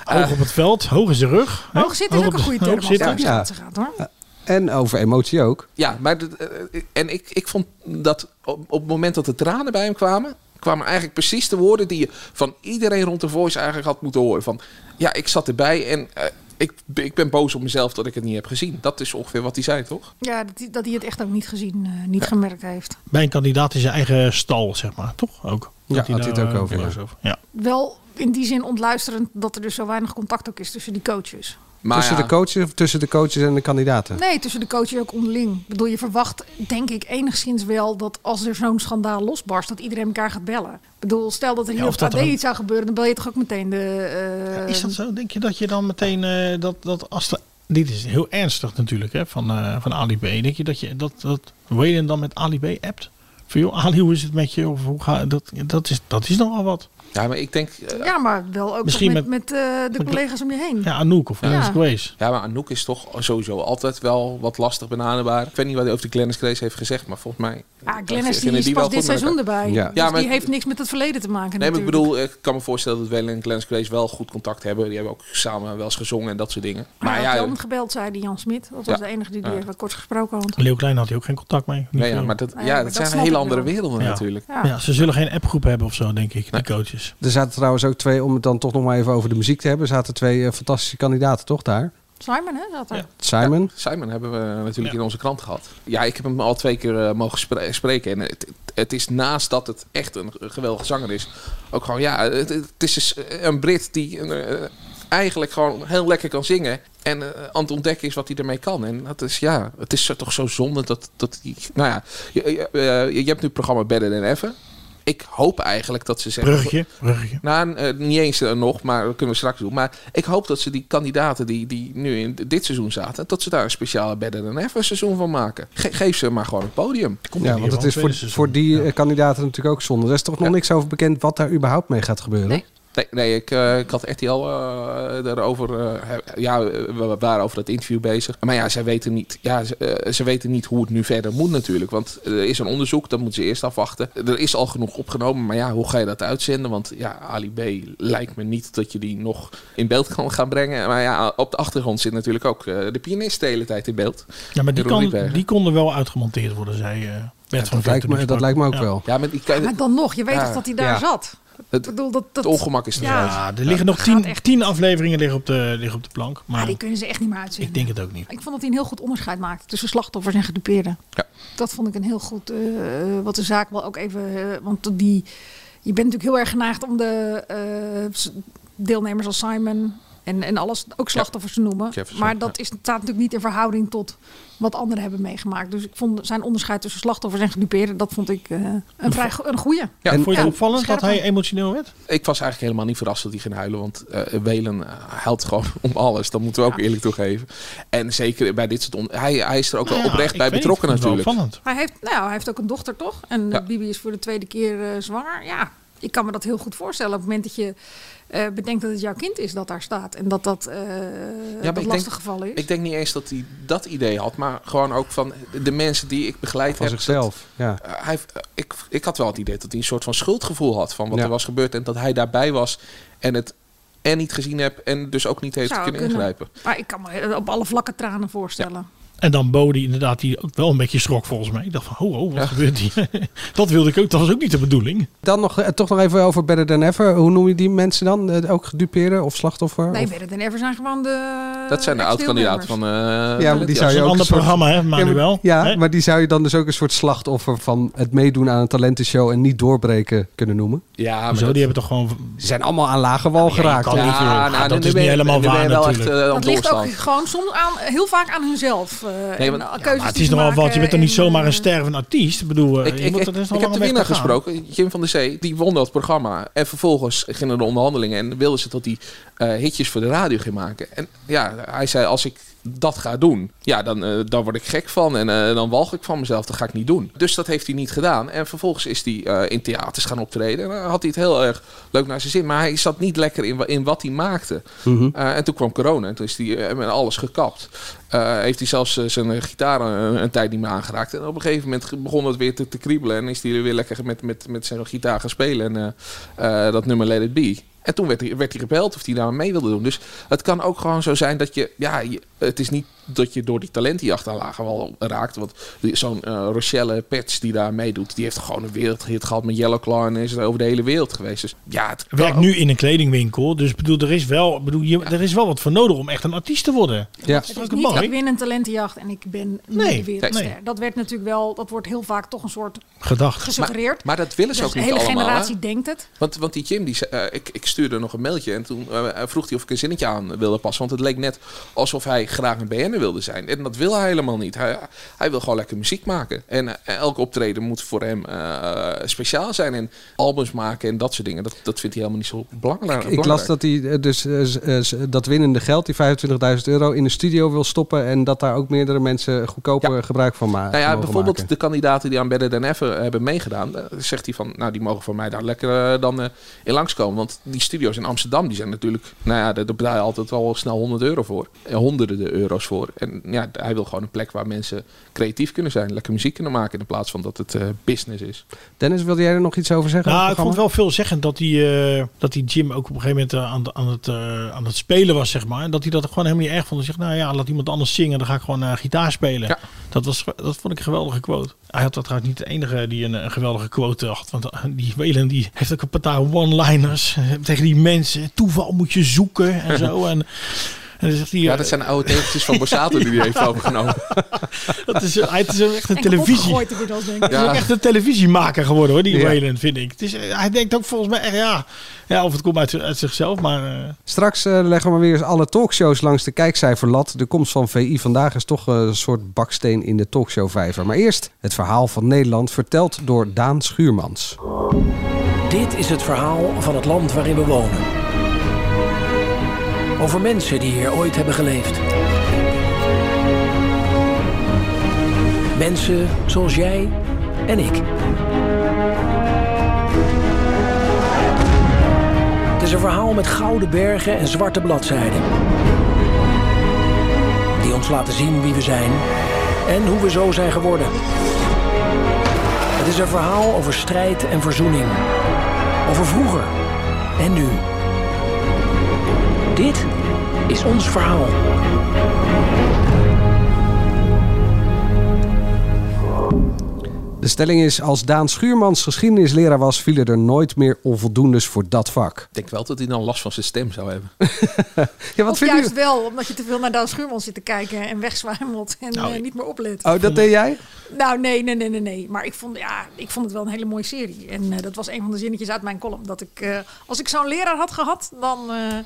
Speaker 5: Hoog op het veld, hoog is de rug. hè?
Speaker 6: Eh. Hoog zitten is
Speaker 5: Hoog
Speaker 6: ook
Speaker 5: op de-
Speaker 6: een goede term
Speaker 5: hoog
Speaker 6: als het
Speaker 5: zitten.
Speaker 6: over
Speaker 4: ja.
Speaker 6: schaatsen gaat, hoor.
Speaker 4: En over emotie ook.
Speaker 3: Ja, maar dat, eh, en ik, ik vond dat op, op het moment dat de tranen bij hem kwamen, kwamen eigenlijk precies de woorden die je van iedereen rond de voice eigenlijk had moeten horen. Van ja, ik zat erbij en eh, ik, ik ben boos op mezelf dat ik het niet heb gezien. Dat is ongeveer wat hij zei, toch?
Speaker 6: Ja, dat hij- dat hij het echt ook niet gezien, eh, niet gemerkt heeft.
Speaker 5: Bij een kandidaat in zijn eigen stal, zeg maar. Toch? Ook.
Speaker 4: Ja,
Speaker 5: Dat
Speaker 4: had hij het
Speaker 5: daar,
Speaker 4: ook
Speaker 5: eh,
Speaker 4: over,
Speaker 5: boos
Speaker 4: ja.
Speaker 5: Ja.
Speaker 6: Wel in die zin ontluisterend dat er dus zo weinig contact ook is tussen die coaches.
Speaker 3: Maar
Speaker 4: tussen
Speaker 3: ja,
Speaker 4: de coaches of tussen de coaches en de kandidaten?
Speaker 6: Nee, tussen de coaches ook onderling. Ik bedoel, je verwacht denk ik enigszins wel dat als er zo'n schandaal losbarst, dat iedereen elkaar gaat bellen. Ik bedoel, stel dat er hier
Speaker 5: of
Speaker 6: op
Speaker 5: dat
Speaker 6: AD
Speaker 5: er een-
Speaker 6: iets zou gebeuren, dan bel je toch ook meteen de... eh,
Speaker 5: Is dat zo? Denk je dat je dan meteen eh, dat, dat als de, dit is heel ernstig natuurlijk hè, van, eh, van Ali B. Denk je dat je dat, dat Waden dan met Ali B appt? Van joh, Ali, hoe is het met je? Of hoe ga, dat, dat, is, dat is nogal wat.
Speaker 3: ja, maar ik denk... eh,
Speaker 6: Ja, maar wel ook
Speaker 5: Misschien
Speaker 6: toch met, met, eh, de
Speaker 5: met-
Speaker 6: collega's om je heen.
Speaker 5: Ja, Anouk of
Speaker 6: Ja.
Speaker 5: Lance Grace.
Speaker 3: Ja, maar Anouk is toch sowieso altijd wel wat lastig benaderbaar. Ik weet niet wat hij over de Glennis Grace heeft gezegd, maar volgens mij... eh,
Speaker 6: Ah, Glennis die
Speaker 3: vinden
Speaker 6: is
Speaker 3: wel
Speaker 6: pas
Speaker 3: goed
Speaker 6: dit
Speaker 3: met
Speaker 6: seizoen
Speaker 3: elkaar.
Speaker 6: erbij.
Speaker 4: Ja.
Speaker 6: Dus
Speaker 3: Ja, maar-
Speaker 6: die heeft niks met het verleden te maken
Speaker 3: Nee, maar ik
Speaker 6: natuurlijk.
Speaker 3: bedoel, ik kan me voorstellen dat Wellen en Glennis Grace wel goed contact hebben. Die hebben ook samen wel eens gezongen en dat soort dingen. Maar ja,
Speaker 6: Jan gebeld, zei die Jan Smit. Dat was
Speaker 3: Ja.
Speaker 6: de enige die, die
Speaker 3: Ja.
Speaker 6: even kort gesproken had.
Speaker 5: Leo Klein had hij ook geen contact mee. Niet
Speaker 3: nee, ja,
Speaker 5: veel.
Speaker 3: maar dat,
Speaker 6: Ja,
Speaker 3: ja,
Speaker 6: maar
Speaker 3: dat
Speaker 6: dat
Speaker 3: zijn
Speaker 6: snap
Speaker 3: hele
Speaker 6: ik
Speaker 3: andere
Speaker 6: wel.
Speaker 3: werelden
Speaker 5: Ja.
Speaker 3: natuurlijk.
Speaker 6: Ja.
Speaker 5: ja, ze zullen geen appgroep hebben of zo, denk ik, die coaches.
Speaker 4: Er zaten trouwens ook twee, om het dan toch nog maar even over de muziek te hebben, zaten twee eh, fantastische kandidaten toch daar?
Speaker 6: Simon, hè, zat er.
Speaker 5: Ja.
Speaker 4: Simon.
Speaker 3: Simon hebben we natuurlijk
Speaker 5: Ja.
Speaker 3: in onze krant gehad. Ja, ik heb hem al twee keer eh, mogen spre- spreken. En het, het is naast dat het echt een geweldige zanger is, ook gewoon, ja, het, het is dus een Brit die eh, eigenlijk gewoon heel lekker kan zingen. En eh, aan het ontdekken is wat hij ermee kan. En dat is, ja, het is toch zo zonde dat, dat die, nou ja, je, je, eh, je hebt nu het programma Better Than Ever. Ik hoop eigenlijk dat ze zeggen...
Speaker 5: Bruggetje, bruggetje.
Speaker 3: Nou, eh, niet eens eh, nog, maar dat kunnen we straks doen. Maar ik hoop dat ze die kandidaten die, die nu in dit seizoen zaten, dat ze daar een speciale Better Than Ever seizoen van maken. Ge- geef ze maar gewoon een podium.
Speaker 5: Komt
Speaker 4: Ja,
Speaker 5: er
Speaker 4: want
Speaker 5: niet
Speaker 4: het is
Speaker 5: van,
Speaker 4: voor,
Speaker 5: tweede seizoen.
Speaker 4: voor die
Speaker 5: Ja.
Speaker 4: eh, kandidaten natuurlijk ook zonde. Er is toch nog
Speaker 3: Ja.
Speaker 4: niks over bekend wat daar überhaupt mee gaat gebeuren.
Speaker 6: Nee.
Speaker 3: Nee, nee ik, eh, ik had RTL eh daarover. eh, he- ja, we we waren over dat interview bezig. Maar ja, zij weten niet, ja, ze, eh, ze weten niet hoe het nu verder moet natuurlijk. Want er is een onderzoek, dat moeten ze eerst afwachten. Er is al genoeg opgenomen, maar ja, hoe ga je dat uitzenden? Want ja, Ali B lijkt me niet dat je die nog in beeld kan gaan brengen. Maar ja, op de achtergrond zit natuurlijk ook eh, de pianist de hele tijd in beeld.
Speaker 5: Ja, maar die,
Speaker 3: Jeroen
Speaker 5: kon,
Speaker 3: Rietbergen.
Speaker 5: die konden wel uitgemonteerd worden, zei eh, Bert van
Speaker 4: Dat, lijkt
Speaker 5: Vliet
Speaker 4: me,
Speaker 5: toen
Speaker 4: dat
Speaker 5: ik
Speaker 4: lijkt me ook
Speaker 5: sprak. Ja.
Speaker 4: wel.
Speaker 3: Ja, maar die,
Speaker 6: Maar dan nog, je weet
Speaker 3: Ja.
Speaker 6: toch dat hij daar
Speaker 4: Ja.
Speaker 6: zat? Ik
Speaker 3: het,
Speaker 6: bedoel, dat, dat,
Speaker 3: het ongemak is er
Speaker 6: Ja.
Speaker 3: ja.
Speaker 5: Ja, er liggen nog tien, tien afleveringen liggen op, de, liggen op de plank. Maar
Speaker 6: Ah, die kunnen ze echt niet meer uitzenden.
Speaker 5: ik denk het ook niet.
Speaker 6: Ik vond dat hij een heel goed onderscheid maakte tussen slachtoffers en gedupeerden.
Speaker 3: Ja.
Speaker 6: Dat vond ik een heel goed, eh, wat de zaak wel ook even, eh, want die, je bent natuurlijk heel erg geneigd om de eh, s- deelnemers als Simon en, en alles ook slachtoffers te noemen.
Speaker 3: Jefferson,
Speaker 6: maar dat is, staat natuurlijk niet in verhouding tot wat anderen hebben meegemaakt. Dus ik vond zijn onderscheid tussen slachtoffers en gedupeerden, dat vond ik eh, een vrij go- een goeie.
Speaker 3: Ja,
Speaker 5: Vond je het
Speaker 6: en-
Speaker 5: opvallend dat
Speaker 6: scherp
Speaker 5: hij
Speaker 6: aan.
Speaker 5: emotioneel werd?
Speaker 3: Ik was eigenlijk helemaal niet verrast dat hij ging huilen. Want eh, Welen eh, huilt gewoon om alles. Dat moeten we ook eerlijk toegeven. En zeker bij dit soort... on- hij, hij is er ook wel
Speaker 5: Nou ja,
Speaker 3: oprecht
Speaker 5: ik
Speaker 3: bij
Speaker 5: weet
Speaker 3: betrokken
Speaker 5: niet, ik vond het
Speaker 3: natuurlijk.
Speaker 5: wel opvallend.
Speaker 6: Hij heeft, nou, hij heeft ook een dochter, toch? En
Speaker 3: Ja.
Speaker 6: eh, Bibi is voor de tweede keer eh, zwanger. Ja, ik kan me dat heel goed voorstellen. Op het moment dat je eh, bedenkt dat het jouw kind is dat daar staat. En dat dat, eh
Speaker 3: ik
Speaker 6: dat
Speaker 3: denk-
Speaker 6: lastig geval is.
Speaker 3: Ik denk niet eens dat hij dat idee had. Maar gewoon ook van de mensen die ik begeleid
Speaker 4: Van
Speaker 3: heb.
Speaker 4: zichzelf. Ja.
Speaker 3: dat- eh, hij, heeft- eh, ik, ik had wel het idee dat hij een soort van schuldgevoel had. Van wat
Speaker 4: Ja.
Speaker 3: er was gebeurd. En dat hij daarbij was. En het en niet gezien heb. En dus ook niet heeft
Speaker 6: Zou
Speaker 3: kunnen
Speaker 6: kunnen.
Speaker 3: ingrijpen.
Speaker 6: Maar ik kan me eh, op alle vlakken tranen voorstellen.
Speaker 5: En dan Bodie inderdaad, die ook wel een beetje schrok volgens mij. Ik dacht van, oh, oh wat gebeurt hier? dat wilde ik ook, dat was ook niet de bedoeling.
Speaker 4: Dan nog, eh, toch nog even over Better Than Ever. Hoe noem je die mensen dan? Eh, ook gedupeerden of slachtoffer?
Speaker 6: Nee,
Speaker 4: Of-
Speaker 6: Better Than Ever zijn gewoon de
Speaker 3: Dat zijn de oud-kandidaten
Speaker 6: oud-kandidaat
Speaker 3: van... eh,
Speaker 4: Ja,
Speaker 3: ja,
Speaker 4: maar die
Speaker 5: Dat
Speaker 4: zou
Speaker 5: is
Speaker 4: je
Speaker 5: een
Speaker 4: ook
Speaker 5: ander
Speaker 4: een soort-
Speaker 5: programma, hè,
Speaker 4: Ja, maar-
Speaker 5: Manuel?
Speaker 4: Ja,
Speaker 5: Hè?
Speaker 4: maar die zou je dan dus ook een soort slachtoffer van het meedoen aan een talentenshow en niet doorbreken kunnen noemen.
Speaker 3: ja, maar
Speaker 5: Hoezo,
Speaker 3: dat-
Speaker 5: die hebben toch gewoon...
Speaker 4: Ze zijn allemaal aan lage wal
Speaker 5: je
Speaker 4: geraakt.
Speaker 5: kan-
Speaker 4: hè?
Speaker 5: niet willen. Ja, dat
Speaker 3: nou, nu
Speaker 5: is
Speaker 3: ben
Speaker 5: niet
Speaker 3: je-
Speaker 5: helemaal
Speaker 3: nu ben je
Speaker 5: waar
Speaker 3: wel echt,
Speaker 5: natuurlijk.
Speaker 3: eh, aan
Speaker 6: Dat
Speaker 3: het
Speaker 6: ligt ook
Speaker 3: doorslaan.
Speaker 6: gewoon soms aan, heel vaak aan hunzelf. eh, en
Speaker 3: want-
Speaker 6: keuzes
Speaker 5: Maar het
Speaker 6: die
Speaker 5: is
Speaker 6: ze
Speaker 5: nogal
Speaker 6: maken
Speaker 5: wat, je bent toch niet
Speaker 6: en,
Speaker 5: zomaar
Speaker 6: eh,
Speaker 5: een stervend artiest? Ik bedoel, eh,
Speaker 3: Ik,
Speaker 5: je
Speaker 3: ik,
Speaker 5: moet
Speaker 3: ik,
Speaker 5: er dus nog
Speaker 3: ik heb
Speaker 5: wel
Speaker 3: de
Speaker 5: een
Speaker 3: winnaar
Speaker 5: weg te gaan.
Speaker 3: gesproken, Jim van der Zee. Die won dat programma. En vervolgens gingen de onderhandelingen en wilden ze dat hij eh, hitjes voor de radio ging maken. En ja, hij zei: Als ik dat ga doen, ja, dan, eh, dan word ik gek van. En eh, dan walg ik van mezelf. Dat ga ik niet doen. Dus dat heeft hij niet gedaan. En vervolgens is hij eh, in theaters gaan optreden. En dan had hij het heel erg leuk naar zijn zin. Maar hij zat niet lekker in, wa- in wat hij maakte.
Speaker 4: Mhm.
Speaker 3: Eh, en toen kwam corona en toen is hij eh, met alles gekapt. Eh, heeft hij zelfs eh, zijn eh, gitaar een, een tijd niet meer aangeraakt. En op een gegeven moment ge- begon het weer te, te kriebelen. En is hij weer lekker met, met, met zijn gitaar gaan spelen. En eh, eh, dat nummer Let It Be. En toen werd hij, werd hij gebeld of hij daar mee wilde doen. Dus het kan ook gewoon zo zijn dat je... Ja, je- het is niet dat je door die talentjacht aan lager wel raakt. Want die- zo'n eh, Rochelle Pets die daar meedoet, die heeft gewoon een wereldhit gehad met Yellow Claw en is er over de hele wereld geweest. Dus ja, het kan
Speaker 5: Werkt nu in een kledingwinkel. Dus bedoel, er is wel, bedoel, je, er is wel wat voor nodig om echt een artiest te worden.
Speaker 4: Ja.
Speaker 5: Dat is
Speaker 6: Het
Speaker 5: ook
Speaker 6: is niet,
Speaker 5: mooi.
Speaker 6: ik win een talentenjacht en ik ben
Speaker 5: Nee,
Speaker 6: nee, wereldster.
Speaker 5: nee.
Speaker 6: Dat werd natuurlijk wel, dat wordt heel vaak toch een soort
Speaker 5: Gedacht.
Speaker 6: gesuggereerd.
Speaker 3: Maar dat willen ze
Speaker 6: Dus
Speaker 3: ook
Speaker 6: de
Speaker 3: niet
Speaker 6: hele
Speaker 3: allemaal. hè?
Speaker 6: generatie denkt het.
Speaker 3: Want, want die Jim, die, zei- eh, ik, ik stuurde nog een mailtje en toen eh, vroeg hij of ik een zinnetje aan wilde passen. Want het leek net alsof hij graag een BN'er wilde zijn. En dat wil hij helemaal niet. Hij, hij wil gewoon lekker muziek maken. En eh, elk optreden moet voor hem eh, speciaal zijn. En albums maken en dat soort dingen, dat, dat vindt hij helemaal niet zo belangrijk.
Speaker 4: Ik las dat hij eh, dus eh, z- eh, z- dat winnende geld, die 25.000 euro, in de studio wil stoppen. En dat daar ook meerdere mensen goedkoper gebruik van ma- mogen
Speaker 3: Nou
Speaker 4: maken.
Speaker 3: ja, bijvoorbeeld de kandidaten die aan Better Than Ever hebben meegedaan, eh, zegt hij van, nou die mogen voor mij daar lekker eh, dan eh, in langskomen. Want die studio's in Amsterdam, die zijn natuurlijk, nou ja, daar daar betaal je altijd wel snel 100 euro voor. Eh, honderden euro's voor. En ja, hij wil gewoon een plek waar mensen creatief kunnen zijn, lekker muziek kunnen maken, in plaats van dat het eh, business is.
Speaker 4: Dennis, wilde jij er nog iets over zeggen?
Speaker 5: Nou,
Speaker 4: over
Speaker 5: ik
Speaker 4: het
Speaker 5: vond
Speaker 4: programma?
Speaker 5: wel veelzeggend dat die, eh, dat die Jim ook op een gegeven moment eh, aan, de- aan, het, eh, aan het spelen was, zeg maar. En dat hij dat gewoon helemaal niet erg vond. Hij zegt, nou ja, laat iemand anders zingen, dan ga ik gewoon eh, gitaar spelen.
Speaker 3: Ja.
Speaker 5: Dat, was, dat vond ik een geweldige quote. Hij had dat trouwens niet de enige die een, een geweldige quote had. Want eh, die Welen die heeft ook een paar one-liners eh, tegen die mensen. Toeval moet je zoeken en zo. En, en dan zegt hij,
Speaker 3: Ja,
Speaker 5: eh,
Speaker 3: dat zijn oude tegeltjes van Borsato die hij heeft overgenomen.
Speaker 5: dat is, eh, het is ook echt een
Speaker 6: en
Speaker 5: televisie.
Speaker 6: opgegooid inmiddels, denk ik.
Speaker 5: Hij is ook echt een televisiemaker geworden hoor, die
Speaker 4: Ja.
Speaker 5: Whalen, vind ik. Het is, eh, hij denkt ook volgens mij echt, ja, ja of het komt uit, uit zichzelf, maar... eh,
Speaker 4: Straks eh, leggen we maar weer eens alle talkshows langs de kijkcijferlat. De komst van VI vandaag is toch eh, een soort baksteen in de talkshowvijver. Maar eerst het verhaal van Nederland, verteld door Daan Schuurmans.
Speaker 10: Dit is het verhaal van het land waarin we wonen. Over mensen die hier ooit hebben geleefd. Mensen zoals jij en ik. Het is een verhaal met gouden bergen en zwarte bladzijden. Die ons laten zien wie we zijn en hoe we zo zijn geworden. Het is een verhaal over strijd en verzoening. Over vroeger en nu. Dit is ons verhaal.
Speaker 4: De stelling is, als Daan Schuurmans geschiedenisleraar was... vielen er nooit meer onvoldoendes voor dat vak.
Speaker 3: Ik denk wel dat hij dan last van zijn stem zou hebben.
Speaker 4: Ja, wat
Speaker 6: of
Speaker 4: vinden
Speaker 6: juist
Speaker 4: jullie?
Speaker 6: wel, omdat je te veel naar Daan Schuurman zit te kijken en wegzwijmelt en
Speaker 5: Nou,
Speaker 6: eh, niet meer oplet.
Speaker 4: Oh, dat deed jij?
Speaker 6: Nou, nee, nee, nee, nee, nee. Maar ik vond, ja, ik vond het wel een hele mooie serie. En eh, dat was een van de zinnetjes uit mijn column. Dat ik, eh, als ik zo'n leraar had gehad, dan eh,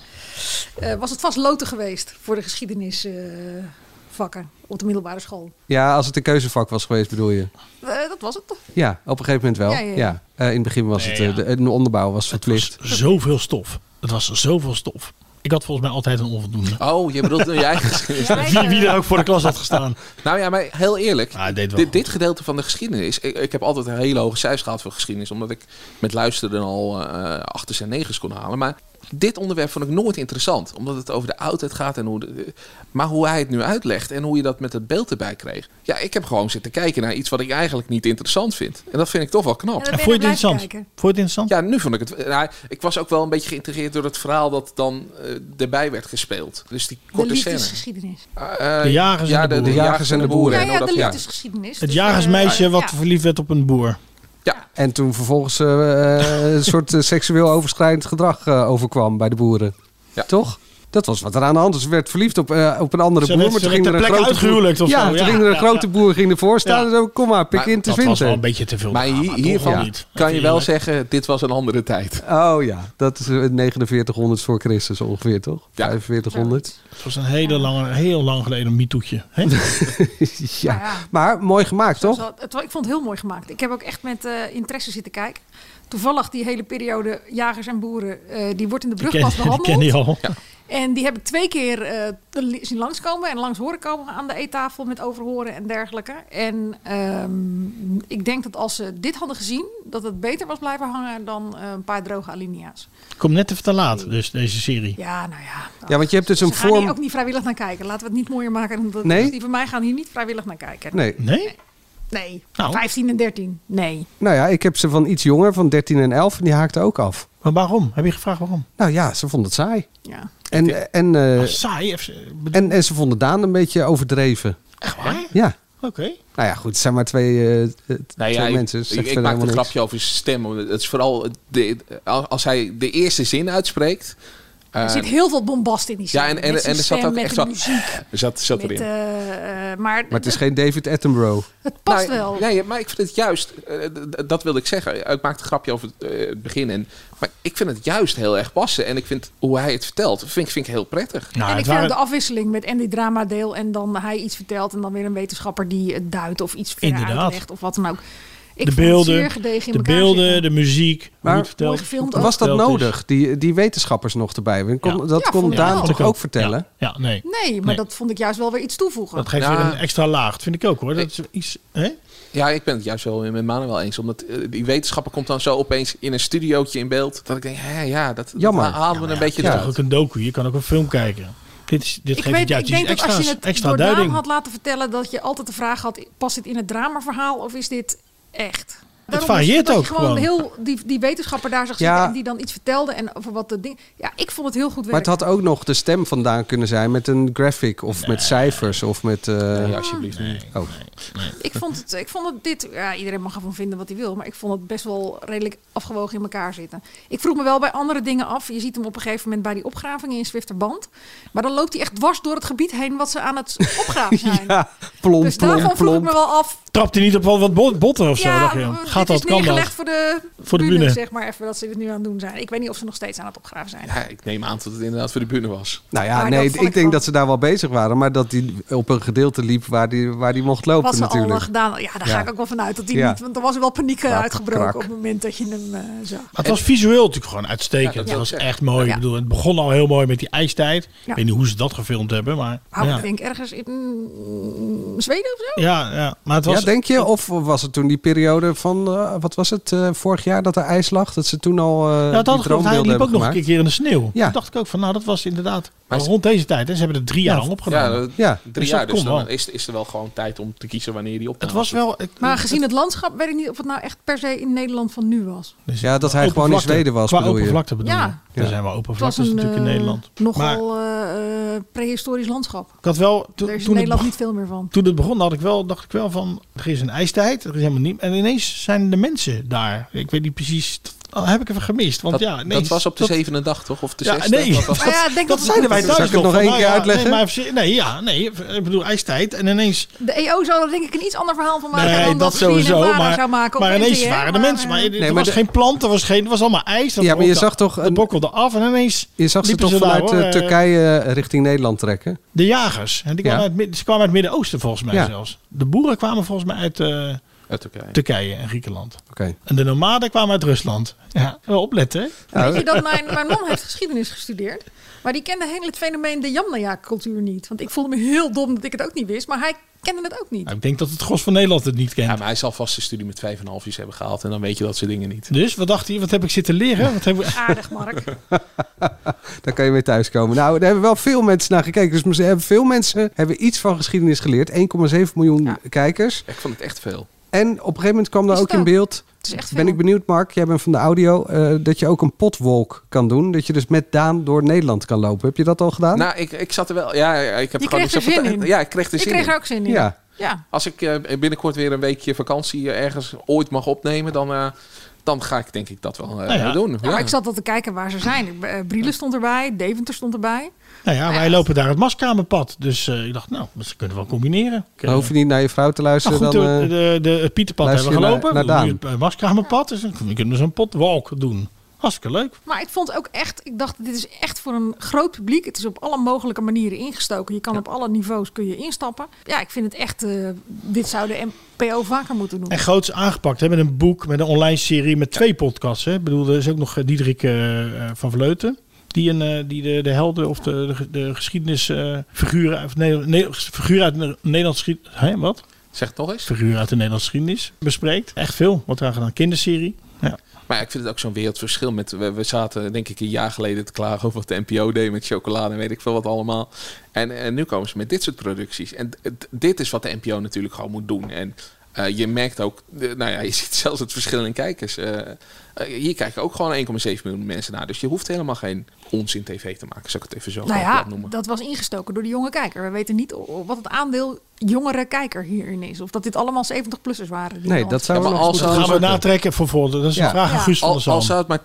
Speaker 6: eh, was het vast loten geweest voor de geschiedenisvakken op de middelbare school.
Speaker 4: Ja, als het een keuzevak was geweest, bedoel je?
Speaker 6: Eh, dat was het toch?
Speaker 4: Ja, op een gegeven moment wel. Ja,
Speaker 6: Ja, ja, ja.
Speaker 4: Eh, in het begin was
Speaker 5: Nee,
Speaker 4: het, eh,
Speaker 5: ja.
Speaker 4: de, de onderbouw was verplicht.
Speaker 5: zoveel stof. Het was zoveel stof. Ik had volgens mij altijd een onvoldoende.
Speaker 3: Oh, je bedoelt je eigen geschiedenis.
Speaker 5: Wie, wie er ook voor de klas had gestaan.
Speaker 3: Nou ja, maar heel eerlijk,
Speaker 5: Ah, hij deed wel
Speaker 3: dit,
Speaker 5: goed.
Speaker 3: dit gedeelte van de geschiedenis. Ik, ik heb altijd een hele hoge cijfers gehad voor geschiedenis, omdat ik met luisteren al eh achters en negens kon halen. Maar dit onderwerp vond ik nooit interessant, omdat het over de oudheid gaat en hoe. de- maar hoe hij het nu uitlegt en hoe je dat met het beeld erbij kreeg. Ja, ik heb gewoon zitten kijken naar iets wat ik eigenlijk niet interessant vind. En dat vind ik toch wel knap.
Speaker 6: Ja,
Speaker 5: En
Speaker 6: ben
Speaker 5: vond
Speaker 6: je
Speaker 5: je het
Speaker 6: naar blijven
Speaker 5: interessant? Vond je
Speaker 6: kijken.
Speaker 5: het interessant?
Speaker 3: Ja, nu vond ik het. Nou, ik was ook wel een beetje geïntegreerd door het verhaal dat dan eh, erbij werd gespeeld. Dus die
Speaker 6: De
Speaker 3: korte scène.
Speaker 6: liefdesgeschiedenis.
Speaker 3: Eh,
Speaker 5: De jagers en
Speaker 3: ja,
Speaker 5: de boeren.
Speaker 4: De
Speaker 3: jagers en de boeren.
Speaker 6: Ja,
Speaker 3: en
Speaker 6: ja,
Speaker 3: hoe
Speaker 6: de
Speaker 3: dat-
Speaker 6: liefdesgeschiedenis.
Speaker 5: Het
Speaker 6: Dus,
Speaker 5: jagersmeisje
Speaker 6: eh,
Speaker 5: wat
Speaker 6: ja.
Speaker 5: verliefd werd op een boer.
Speaker 3: ja,
Speaker 4: En toen vervolgens eh, een soort eh, seksueel overschrijdend gedrag eh, overkwam bij de boeren.
Speaker 3: Ja.
Speaker 4: Toch? Dat was wat er aan de hand was. Ze werd verliefd op, eh, op een andere
Speaker 5: Ze
Speaker 4: boer.
Speaker 5: werd-
Speaker 4: maar
Speaker 5: ze
Speaker 4: toen
Speaker 5: werd
Speaker 4: ging er een
Speaker 5: ter plekke
Speaker 4: grote
Speaker 5: uitgehuwelijkd
Speaker 4: boer.
Speaker 5: of
Speaker 4: Ja,
Speaker 5: zo.
Speaker 4: toen
Speaker 5: Ja,
Speaker 4: ging er een
Speaker 5: ja,
Speaker 4: grote boer ging ervoor staan.
Speaker 5: Ja.
Speaker 4: En zo, kom maar, pik in te
Speaker 5: Dat was wel een
Speaker 4: vinden.
Speaker 5: beetje te veel.
Speaker 3: Maar hier-
Speaker 5: drama, toch
Speaker 3: hiervan
Speaker 5: wel niet.
Speaker 3: kan je wel
Speaker 5: Natuurlijk.
Speaker 3: zeggen, dit was een andere tijd.
Speaker 4: Oh ja, dat is eh, 4900 voor Christus ongeveer, toch?
Speaker 3: Ja.
Speaker 4: 4500.
Speaker 5: Het was een hele lange, heel lang geleden een MeToo'tje. hè?
Speaker 4: ja.
Speaker 6: Nou ja.
Speaker 4: Maar mooi gemaakt, toch?
Speaker 6: Zo, het wa- ik vond het heel mooi gemaakt. Ik heb ook echt met eh, interesse zitten kijken. Toevallig die hele periode jagers en boeren, eh, die wordt in de
Speaker 5: Die ken-
Speaker 6: brugklas
Speaker 5: Die
Speaker 6: behandeld.
Speaker 5: ken je al.
Speaker 6: En die heb ik twee keer eh, te li- zien langskomen en langs horen komen aan de eettafel met overhoren en dergelijke. En ehm, ik denk dat als ze dit hadden gezien, dat het beter was blijven hangen dan eh, een paar droge alinea's.
Speaker 5: Komt net even te laat, dus deze serie.
Speaker 6: Ja, nou ja.
Speaker 4: Ja, want je hebt dus een
Speaker 6: Ze gaan hier
Speaker 4: vorm...
Speaker 6: ook niet vrijwillig naar kijken. Laten we het niet mooier maken. Dan dat
Speaker 4: Nee?
Speaker 6: dus die van mij gaan hier niet vrijwillig naar kijken.
Speaker 4: Nee,
Speaker 5: Nee?
Speaker 6: Nee.
Speaker 5: Nou.
Speaker 6: 15 en 13. Nee.
Speaker 4: nou ja, ik heb ze van iets jonger, van 13 en 11, en die haakte ook af.
Speaker 5: Maar waarom? Heb je gevraagd waarom?
Speaker 4: Nou ja, ze vonden het saai.
Speaker 6: Ja.
Speaker 4: En, en, eh,
Speaker 5: Ah, saai. Of, bedoel-
Speaker 4: en, en ze vonden Daan een beetje overdreven.
Speaker 5: echt waar?
Speaker 4: Ja.
Speaker 5: Oké.
Speaker 4: Nou ja, goed, het zijn maar twee, eh, t- twee
Speaker 3: Nou ik,
Speaker 4: mensen.
Speaker 3: ik, ik maak een grapje over zijn stem. want Het is vooral de, als als hij de eerste zin uitspreekt. eh,
Speaker 6: Er zit heel veel bombast in die
Speaker 3: Ja,
Speaker 6: scène.
Speaker 3: en- en-
Speaker 6: met zijn
Speaker 3: en er zat
Speaker 6: stem,
Speaker 3: ook
Speaker 6: met
Speaker 3: echt
Speaker 6: de
Speaker 3: zo-
Speaker 6: muziek.
Speaker 3: zat, zat
Speaker 6: Met,
Speaker 3: erin.
Speaker 6: eh, eh, maar
Speaker 4: Maar het is geen David Attenborough.
Speaker 6: het past
Speaker 3: Nou,
Speaker 6: wel.
Speaker 3: Nee, maar ik vind het juist, eh, d- d- dat wilde ik zeggen. Ik maakte een grapje over het, eh, het begin. En, maar ik vind het juist heel erg passen. En ik vind hoe hij het vertelt, vind, ik- vind ik heel prettig.
Speaker 5: Nou, het
Speaker 6: en ik vind ook
Speaker 5: waren,
Speaker 6: de afwisseling met en die drama deel en dan hij iets vertelt en dan weer een wetenschapper die het duidt of iets verder
Speaker 5: Inderdaad.
Speaker 6: uitlegt of wat dan ook. Ik
Speaker 5: de
Speaker 6: vond het
Speaker 5: beelden,
Speaker 6: zeer gedegen in
Speaker 5: de,
Speaker 6: elkaar
Speaker 5: beelden
Speaker 6: zitten.
Speaker 5: de muziek.
Speaker 4: Maar-
Speaker 5: hoe het verteld,
Speaker 6: Mooi gefilmd
Speaker 5: hoe het
Speaker 6: ook.
Speaker 4: Was dat
Speaker 5: verteld is.
Speaker 4: nodig, die, die wetenschappers nog erbij? We kon-
Speaker 5: Ja.
Speaker 4: Dat
Speaker 6: Ja,
Speaker 4: kon
Speaker 6: vond ik
Speaker 4: Daan
Speaker 6: wel.
Speaker 4: toch ook vertellen?
Speaker 5: Ja, ja, nee.
Speaker 6: Nee, maar
Speaker 5: Nee.
Speaker 6: dat vond ik juist wel weer iets toevoegen.
Speaker 5: Dat geeft
Speaker 3: Ja.
Speaker 5: weer een extra laag. Dat vind ik ook hoor. Dat is iets, hè?
Speaker 3: Ja, ik ben het juist wel met Manuel eens. Omdat eh, die wetenschapper komt dan zo opeens in een studiootje in beeld. Dat ik denk, hè, ja, dat, dat
Speaker 4: Jammer.
Speaker 3: halen we een beetje
Speaker 5: Het
Speaker 3: terug.
Speaker 5: is toch ook een docu. Je kan ook een film kijken. Dit, is, dit
Speaker 6: ik
Speaker 5: geeft
Speaker 6: weet,
Speaker 5: het juist
Speaker 6: ik denk
Speaker 5: iets
Speaker 6: dat als je
Speaker 5: extra's,
Speaker 6: het
Speaker 5: extra
Speaker 6: door Daan
Speaker 5: duiding.
Speaker 6: had laten vertellen, dat je altijd de vraag had: past dit in het dramaverhaal of is dit echt? Daarom is
Speaker 5: varieert
Speaker 6: dat je
Speaker 5: ook
Speaker 6: Gewoon
Speaker 5: gewoon.
Speaker 6: heel die, die wetenschapper daar zag
Speaker 4: Ja.
Speaker 6: zitten en die dan iets vertelde en over wat de ding. Ja, ik vond het heel goed werken.
Speaker 4: Maar het had ook nog de stem vandaan kunnen zijn met een graphic of met cijfers of met... eh,
Speaker 3: Nee, alsjeblieft. niet.
Speaker 4: oh.
Speaker 6: Ik vond het, ik vond het dit, ja, iedereen mag ervan vinden wat hij wil, maar ik vond het best wel redelijk afgewogen in elkaar zitten. Ik vroeg me wel bij andere dingen af. Je ziet hem op een gegeven moment bij die opgravingen in Zwifterband, maar dan loopt hij echt dwars door het gebied heen wat ze aan het opgraven zijn.
Speaker 4: Ja, plom,
Speaker 6: dus
Speaker 4: plom,
Speaker 6: daarvan vroeg ik
Speaker 4: plom.
Speaker 6: me wel af.
Speaker 5: Trapt hij niet op wel wat bot- botten of zo? dacht je?
Speaker 6: eh,
Speaker 5: Gaat
Speaker 6: dit
Speaker 5: dat,
Speaker 6: is
Speaker 5: kan
Speaker 6: neergelegd
Speaker 5: dat?
Speaker 6: voor de,
Speaker 5: Voor de
Speaker 6: bühne,
Speaker 5: bühne.
Speaker 6: zeg maar even, dat ze dit nu aan het doen zijn. Ik weet niet of ze nog steeds aan het opgraven zijn.
Speaker 3: Ja, Eh, ik neem aan dat het inderdaad voor de buren was.
Speaker 4: Nou ja,
Speaker 6: Maar dat
Speaker 4: nee,
Speaker 6: vond
Speaker 4: ik
Speaker 6: ik
Speaker 4: denk
Speaker 6: wel-
Speaker 4: dat ze daar wel bezig waren, maar dat die op een gedeelte liep waar die, waar die mocht lopen
Speaker 6: Wat ze al
Speaker 4: natuurlijk.
Speaker 6: eh, gedaan Ja, daar
Speaker 4: Ja.
Speaker 6: ga ik ook wel vanuit dat die
Speaker 4: Ja.
Speaker 6: niet, want er was wel paniek eh,
Speaker 4: Krak,
Speaker 6: uitgebroken
Speaker 4: krak.
Speaker 6: op het moment dat je hem eh zag.
Speaker 5: Maar het was visueel natuurlijk gewoon uitstekend.
Speaker 3: Ja, dat
Speaker 5: het
Speaker 3: wil
Speaker 5: was
Speaker 3: ik zeggen.
Speaker 5: echt mooi.
Speaker 6: Ja.
Speaker 5: Ik bedoel, het begon al heel mooi met die ijstijd.
Speaker 6: Ja.
Speaker 5: Ik weet niet hoe ze dat gefilmd hebben, maar...
Speaker 6: Hou
Speaker 5: ja.
Speaker 6: ik denk ergens in mm, Zweden of zo?
Speaker 5: Ja, ja, maar het was...
Speaker 4: Ja, denk je? Of was het toen die periode van, eh, wat was het, eh, vorig jaar dat er ijs lag? Dat ze toen al eh
Speaker 5: nou,
Speaker 4: die
Speaker 5: dat geloof ik. hij
Speaker 4: droombeelden
Speaker 5: liep
Speaker 4: hebben
Speaker 5: ook nog een
Speaker 4: gemaakt?
Speaker 5: keer in de sneeuw.
Speaker 4: Ja.
Speaker 5: Toen dacht ik ook van, nou, dat was inderdaad
Speaker 3: Maar-
Speaker 5: rond deze tijd. Hè. Ze hebben er drie jaar
Speaker 4: Ja,
Speaker 5: lang
Speaker 3: Ja,
Speaker 5: opgenomen.
Speaker 3: eh,
Speaker 4: Ja.
Speaker 3: drie
Speaker 5: Dus dat
Speaker 3: jaar. Dus
Speaker 5: kon wel.
Speaker 3: dan is, is er wel gewoon tijd om te kiezen wanneer die op.
Speaker 5: het was wel... ik-
Speaker 6: Maar gezien het landschap weet ik niet of het nou echt per se in Nederland van nu was.
Speaker 5: Dus
Speaker 4: Ja, dat hij
Speaker 5: open
Speaker 4: gewoon in
Speaker 5: vlakte.
Speaker 4: Zweden was,
Speaker 5: Qua
Speaker 4: bedoel
Speaker 5: open
Speaker 4: je?
Speaker 5: vlakte bedoel
Speaker 6: Ja.
Speaker 5: je. Er zijn wel open
Speaker 6: Het was
Speaker 5: vlaktes dus natuurlijk in
Speaker 6: eh,
Speaker 5: Nederland. Maar
Speaker 6: nogal eh, eh, prehistorisch landschap.
Speaker 5: ik had wel... to-
Speaker 6: er is in
Speaker 5: toen het
Speaker 6: Nederland
Speaker 5: begon-
Speaker 6: niet veel meer van.
Speaker 5: toen het begon had ik wel, dacht ik wel van, er is een ijstijd, er is helemaal niet. En ineens zijn de mensen daar. Ik weet niet precies, dat heb ik even gemist. Want
Speaker 3: dat,
Speaker 5: ja, ineens,
Speaker 3: dat was op de
Speaker 5: dat-
Speaker 3: zevende dag, toch? Of de
Speaker 5: Ja,
Speaker 3: zesde?
Speaker 5: nee.
Speaker 3: Wat was dat?
Speaker 6: Nou ja, ik denk
Speaker 5: Dat
Speaker 6: dat,
Speaker 5: zeiden wij
Speaker 4: Zal
Speaker 5: thuis
Speaker 4: ik het nog
Speaker 5: van,
Speaker 4: één
Speaker 5: nou
Speaker 4: keer
Speaker 5: ja,
Speaker 4: uitleggen?
Speaker 5: Nee, maar even- nee, ja, nee, ik bedoel ijstijd en ineens...
Speaker 6: de EO zou er denk ik een iets ander verhaal van maken
Speaker 5: nee,
Speaker 6: dan
Speaker 5: dat
Speaker 6: ze die in
Speaker 5: sowieso,
Speaker 6: Nevada
Speaker 5: maar,
Speaker 6: zou maken op
Speaker 5: maar ineens
Speaker 6: NTR,
Speaker 5: waren de
Speaker 6: maar,
Speaker 5: mensen. Maar,
Speaker 6: eh,
Speaker 5: er
Speaker 4: maar
Speaker 5: was
Speaker 4: de-
Speaker 5: geen plant, er was, geen, er was allemaal ijs. dat
Speaker 4: Ja, maar je
Speaker 5: rookte-
Speaker 4: zag toch
Speaker 5: Dat
Speaker 4: een-
Speaker 5: bokkelde af en ineens
Speaker 4: Je zag ze
Speaker 5: liepen
Speaker 4: toch
Speaker 5: daar,
Speaker 4: vanuit
Speaker 5: hoor,
Speaker 4: eh,
Speaker 5: eh,
Speaker 4: Turkije richting Nederland trekken?
Speaker 5: De jagers. En die kwamen
Speaker 4: Ja.
Speaker 5: uit, Mid- ze kwamen uit het Midden-Oosten volgens mij
Speaker 4: Ja.
Speaker 5: zelfs. De boeren kwamen volgens mij uit eh,
Speaker 3: Uit Turkije.
Speaker 5: Turkije en Griekenland.
Speaker 4: Oké.
Speaker 5: En de nomaden kwamen uit Rusland. Ja, wel opletten. hè?
Speaker 3: Nou,
Speaker 4: Nou,
Speaker 6: Weet
Speaker 4: eh,
Speaker 6: je dat mijn, mijn man heeft geschiedenis gestudeerd? Maar die kende helemaal het fenomeen de Jamnaya-cultuur niet. Want ik voelde me heel dom dat ik het ook niet wist. Maar hij kende het ook niet.
Speaker 5: Nou, ik denk dat het gros van Nederland het niet kent.
Speaker 3: Ja, maar hij zal vast de studie met 5,5 uur hebben gehaald. En dan weet je dat soort dingen niet.
Speaker 5: Dus wat dacht hij? Wat heb ik zitten leren? Wat hebben we...
Speaker 6: Aardig, Mark.
Speaker 4: Daar kan je mee thuiskomen. Nou, daar hebben wel veel mensen naar gekeken. Dus misschien hebben veel mensen hebben iets van geschiedenis geleerd. 1,7 miljoen
Speaker 6: Ja.
Speaker 4: kijkers.
Speaker 3: Ik vond het echt veel.
Speaker 4: En op een gegeven moment kwam daar
Speaker 6: Is
Speaker 4: ook
Speaker 6: het
Speaker 4: in
Speaker 6: ook?
Speaker 4: beeld.
Speaker 6: is echt
Speaker 4: ben
Speaker 6: veel.
Speaker 4: ik benieuwd, Mark. Jij bent van de audio. eh, dat je ook een potwalk kan doen. Dat je dus met Daan door Nederland kan lopen. Heb je dat al gedaan?
Speaker 3: Nou, ik, ik zat er wel. Ja, ja, ik heb
Speaker 6: Je
Speaker 3: gewoon
Speaker 6: kreeg
Speaker 3: niet
Speaker 6: er
Speaker 3: zoveel
Speaker 6: zin
Speaker 3: tijd.
Speaker 6: in.
Speaker 3: Ja, ik kreeg er
Speaker 6: Ik
Speaker 3: zin
Speaker 6: kreeg
Speaker 3: in.
Speaker 6: er ook zin in.
Speaker 4: ja.
Speaker 6: Ja.
Speaker 3: Als ik eh, binnenkort weer een weekje vakantie eh, ergens ooit mag opnemen, dan, eh, dan ga ik denk ik dat wel eh,
Speaker 5: Nou ja.
Speaker 3: doen.
Speaker 6: Ja, maar ik zat al te kijken waar ze zijn. Ik- eh, Brielen stond erbij, Deventer stond erbij.
Speaker 5: Nou ja, wij lopen daar het maskamerpad. Dus eh, ik dacht, nou, dat kunnen we wel combineren. Ik, eh,
Speaker 4: Dan hoef je niet naar je vrouw te
Speaker 5: nou
Speaker 4: luisteren.
Speaker 5: goed,
Speaker 4: dan,
Speaker 5: de,
Speaker 4: eh,
Speaker 5: de, de, het Pieterpad hebben
Speaker 4: luister
Speaker 5: we
Speaker 4: je
Speaker 5: gelopen.
Speaker 4: naar- naar
Speaker 5: Nu het eh, maskamerpad. Dus dan kunnen we zo'n potwalk doen. Hartstikke leuk.
Speaker 6: Maar ik vond ook echt, ik dacht, dit is echt voor een groot publiek. Het is op alle mogelijke manieren ingestoken. Je kan op alle niveaus kun je instappen. Ja, ik vind het echt, eh, dit zou de NPO vaker moeten doen.
Speaker 5: En groots aangepakt. Hè, met een boek, met een online serie, met twee podcasts. Hè. Ik bedoel, er is ook nog eh, Diederik eh, eh, van Vleuten. Die, een, eh, die de, de helden of de, de, de geschiedenisfiguren uit, Nederland- ne- figuren uit de Nederlandse geschiedenis... Hè, wat?
Speaker 3: Zeg het nog eens.
Speaker 5: Figuren uit de Nederlandse geschiedenis bespreekt. Echt veel. Wat daar gedaan. Kinderserie. Ja.
Speaker 3: Maar ja, ik vind het ook zo'n wereldverschil. Met, we, we zaten denk ik een jaar geleden te klagen over wat de NPO deed met chocolade en weet ik veel wat allemaal. En, en nu komen ze met dit soort producties. En d- d- dit is wat de NPO natuurlijk gewoon moet doen. En Eh, je merkt ook, eh, nou ja, je ziet zelfs het verschil in kijkers. Eh, eh, hier kijken ook gewoon 1,7 miljoen mensen naar. Dus je hoeft helemaal geen onzin tv te maken, zou ik het even zo
Speaker 6: Nou ja,
Speaker 3: plat noemen.
Speaker 6: dat was ingestoken door de jonge kijker. We weten niet o- wat het aandeel jongere kijker hierin is. Of dat dit allemaal 70-plussers waren. die
Speaker 4: Nee,
Speaker 6: dan-
Speaker 4: dat zou
Speaker 3: Ja,
Speaker 4: we
Speaker 3: maar
Speaker 4: nog
Speaker 3: als
Speaker 4: eens
Speaker 5: Dat
Speaker 4: moeten
Speaker 5: gaan we
Speaker 4: onderzoeken.
Speaker 5: natrekken voor volgende. Dat is
Speaker 4: Ja.
Speaker 5: een vraag aan
Speaker 6: Ja.
Speaker 5: Guus van
Speaker 3: Al,
Speaker 5: der Zalm.
Speaker 3: al zou het maar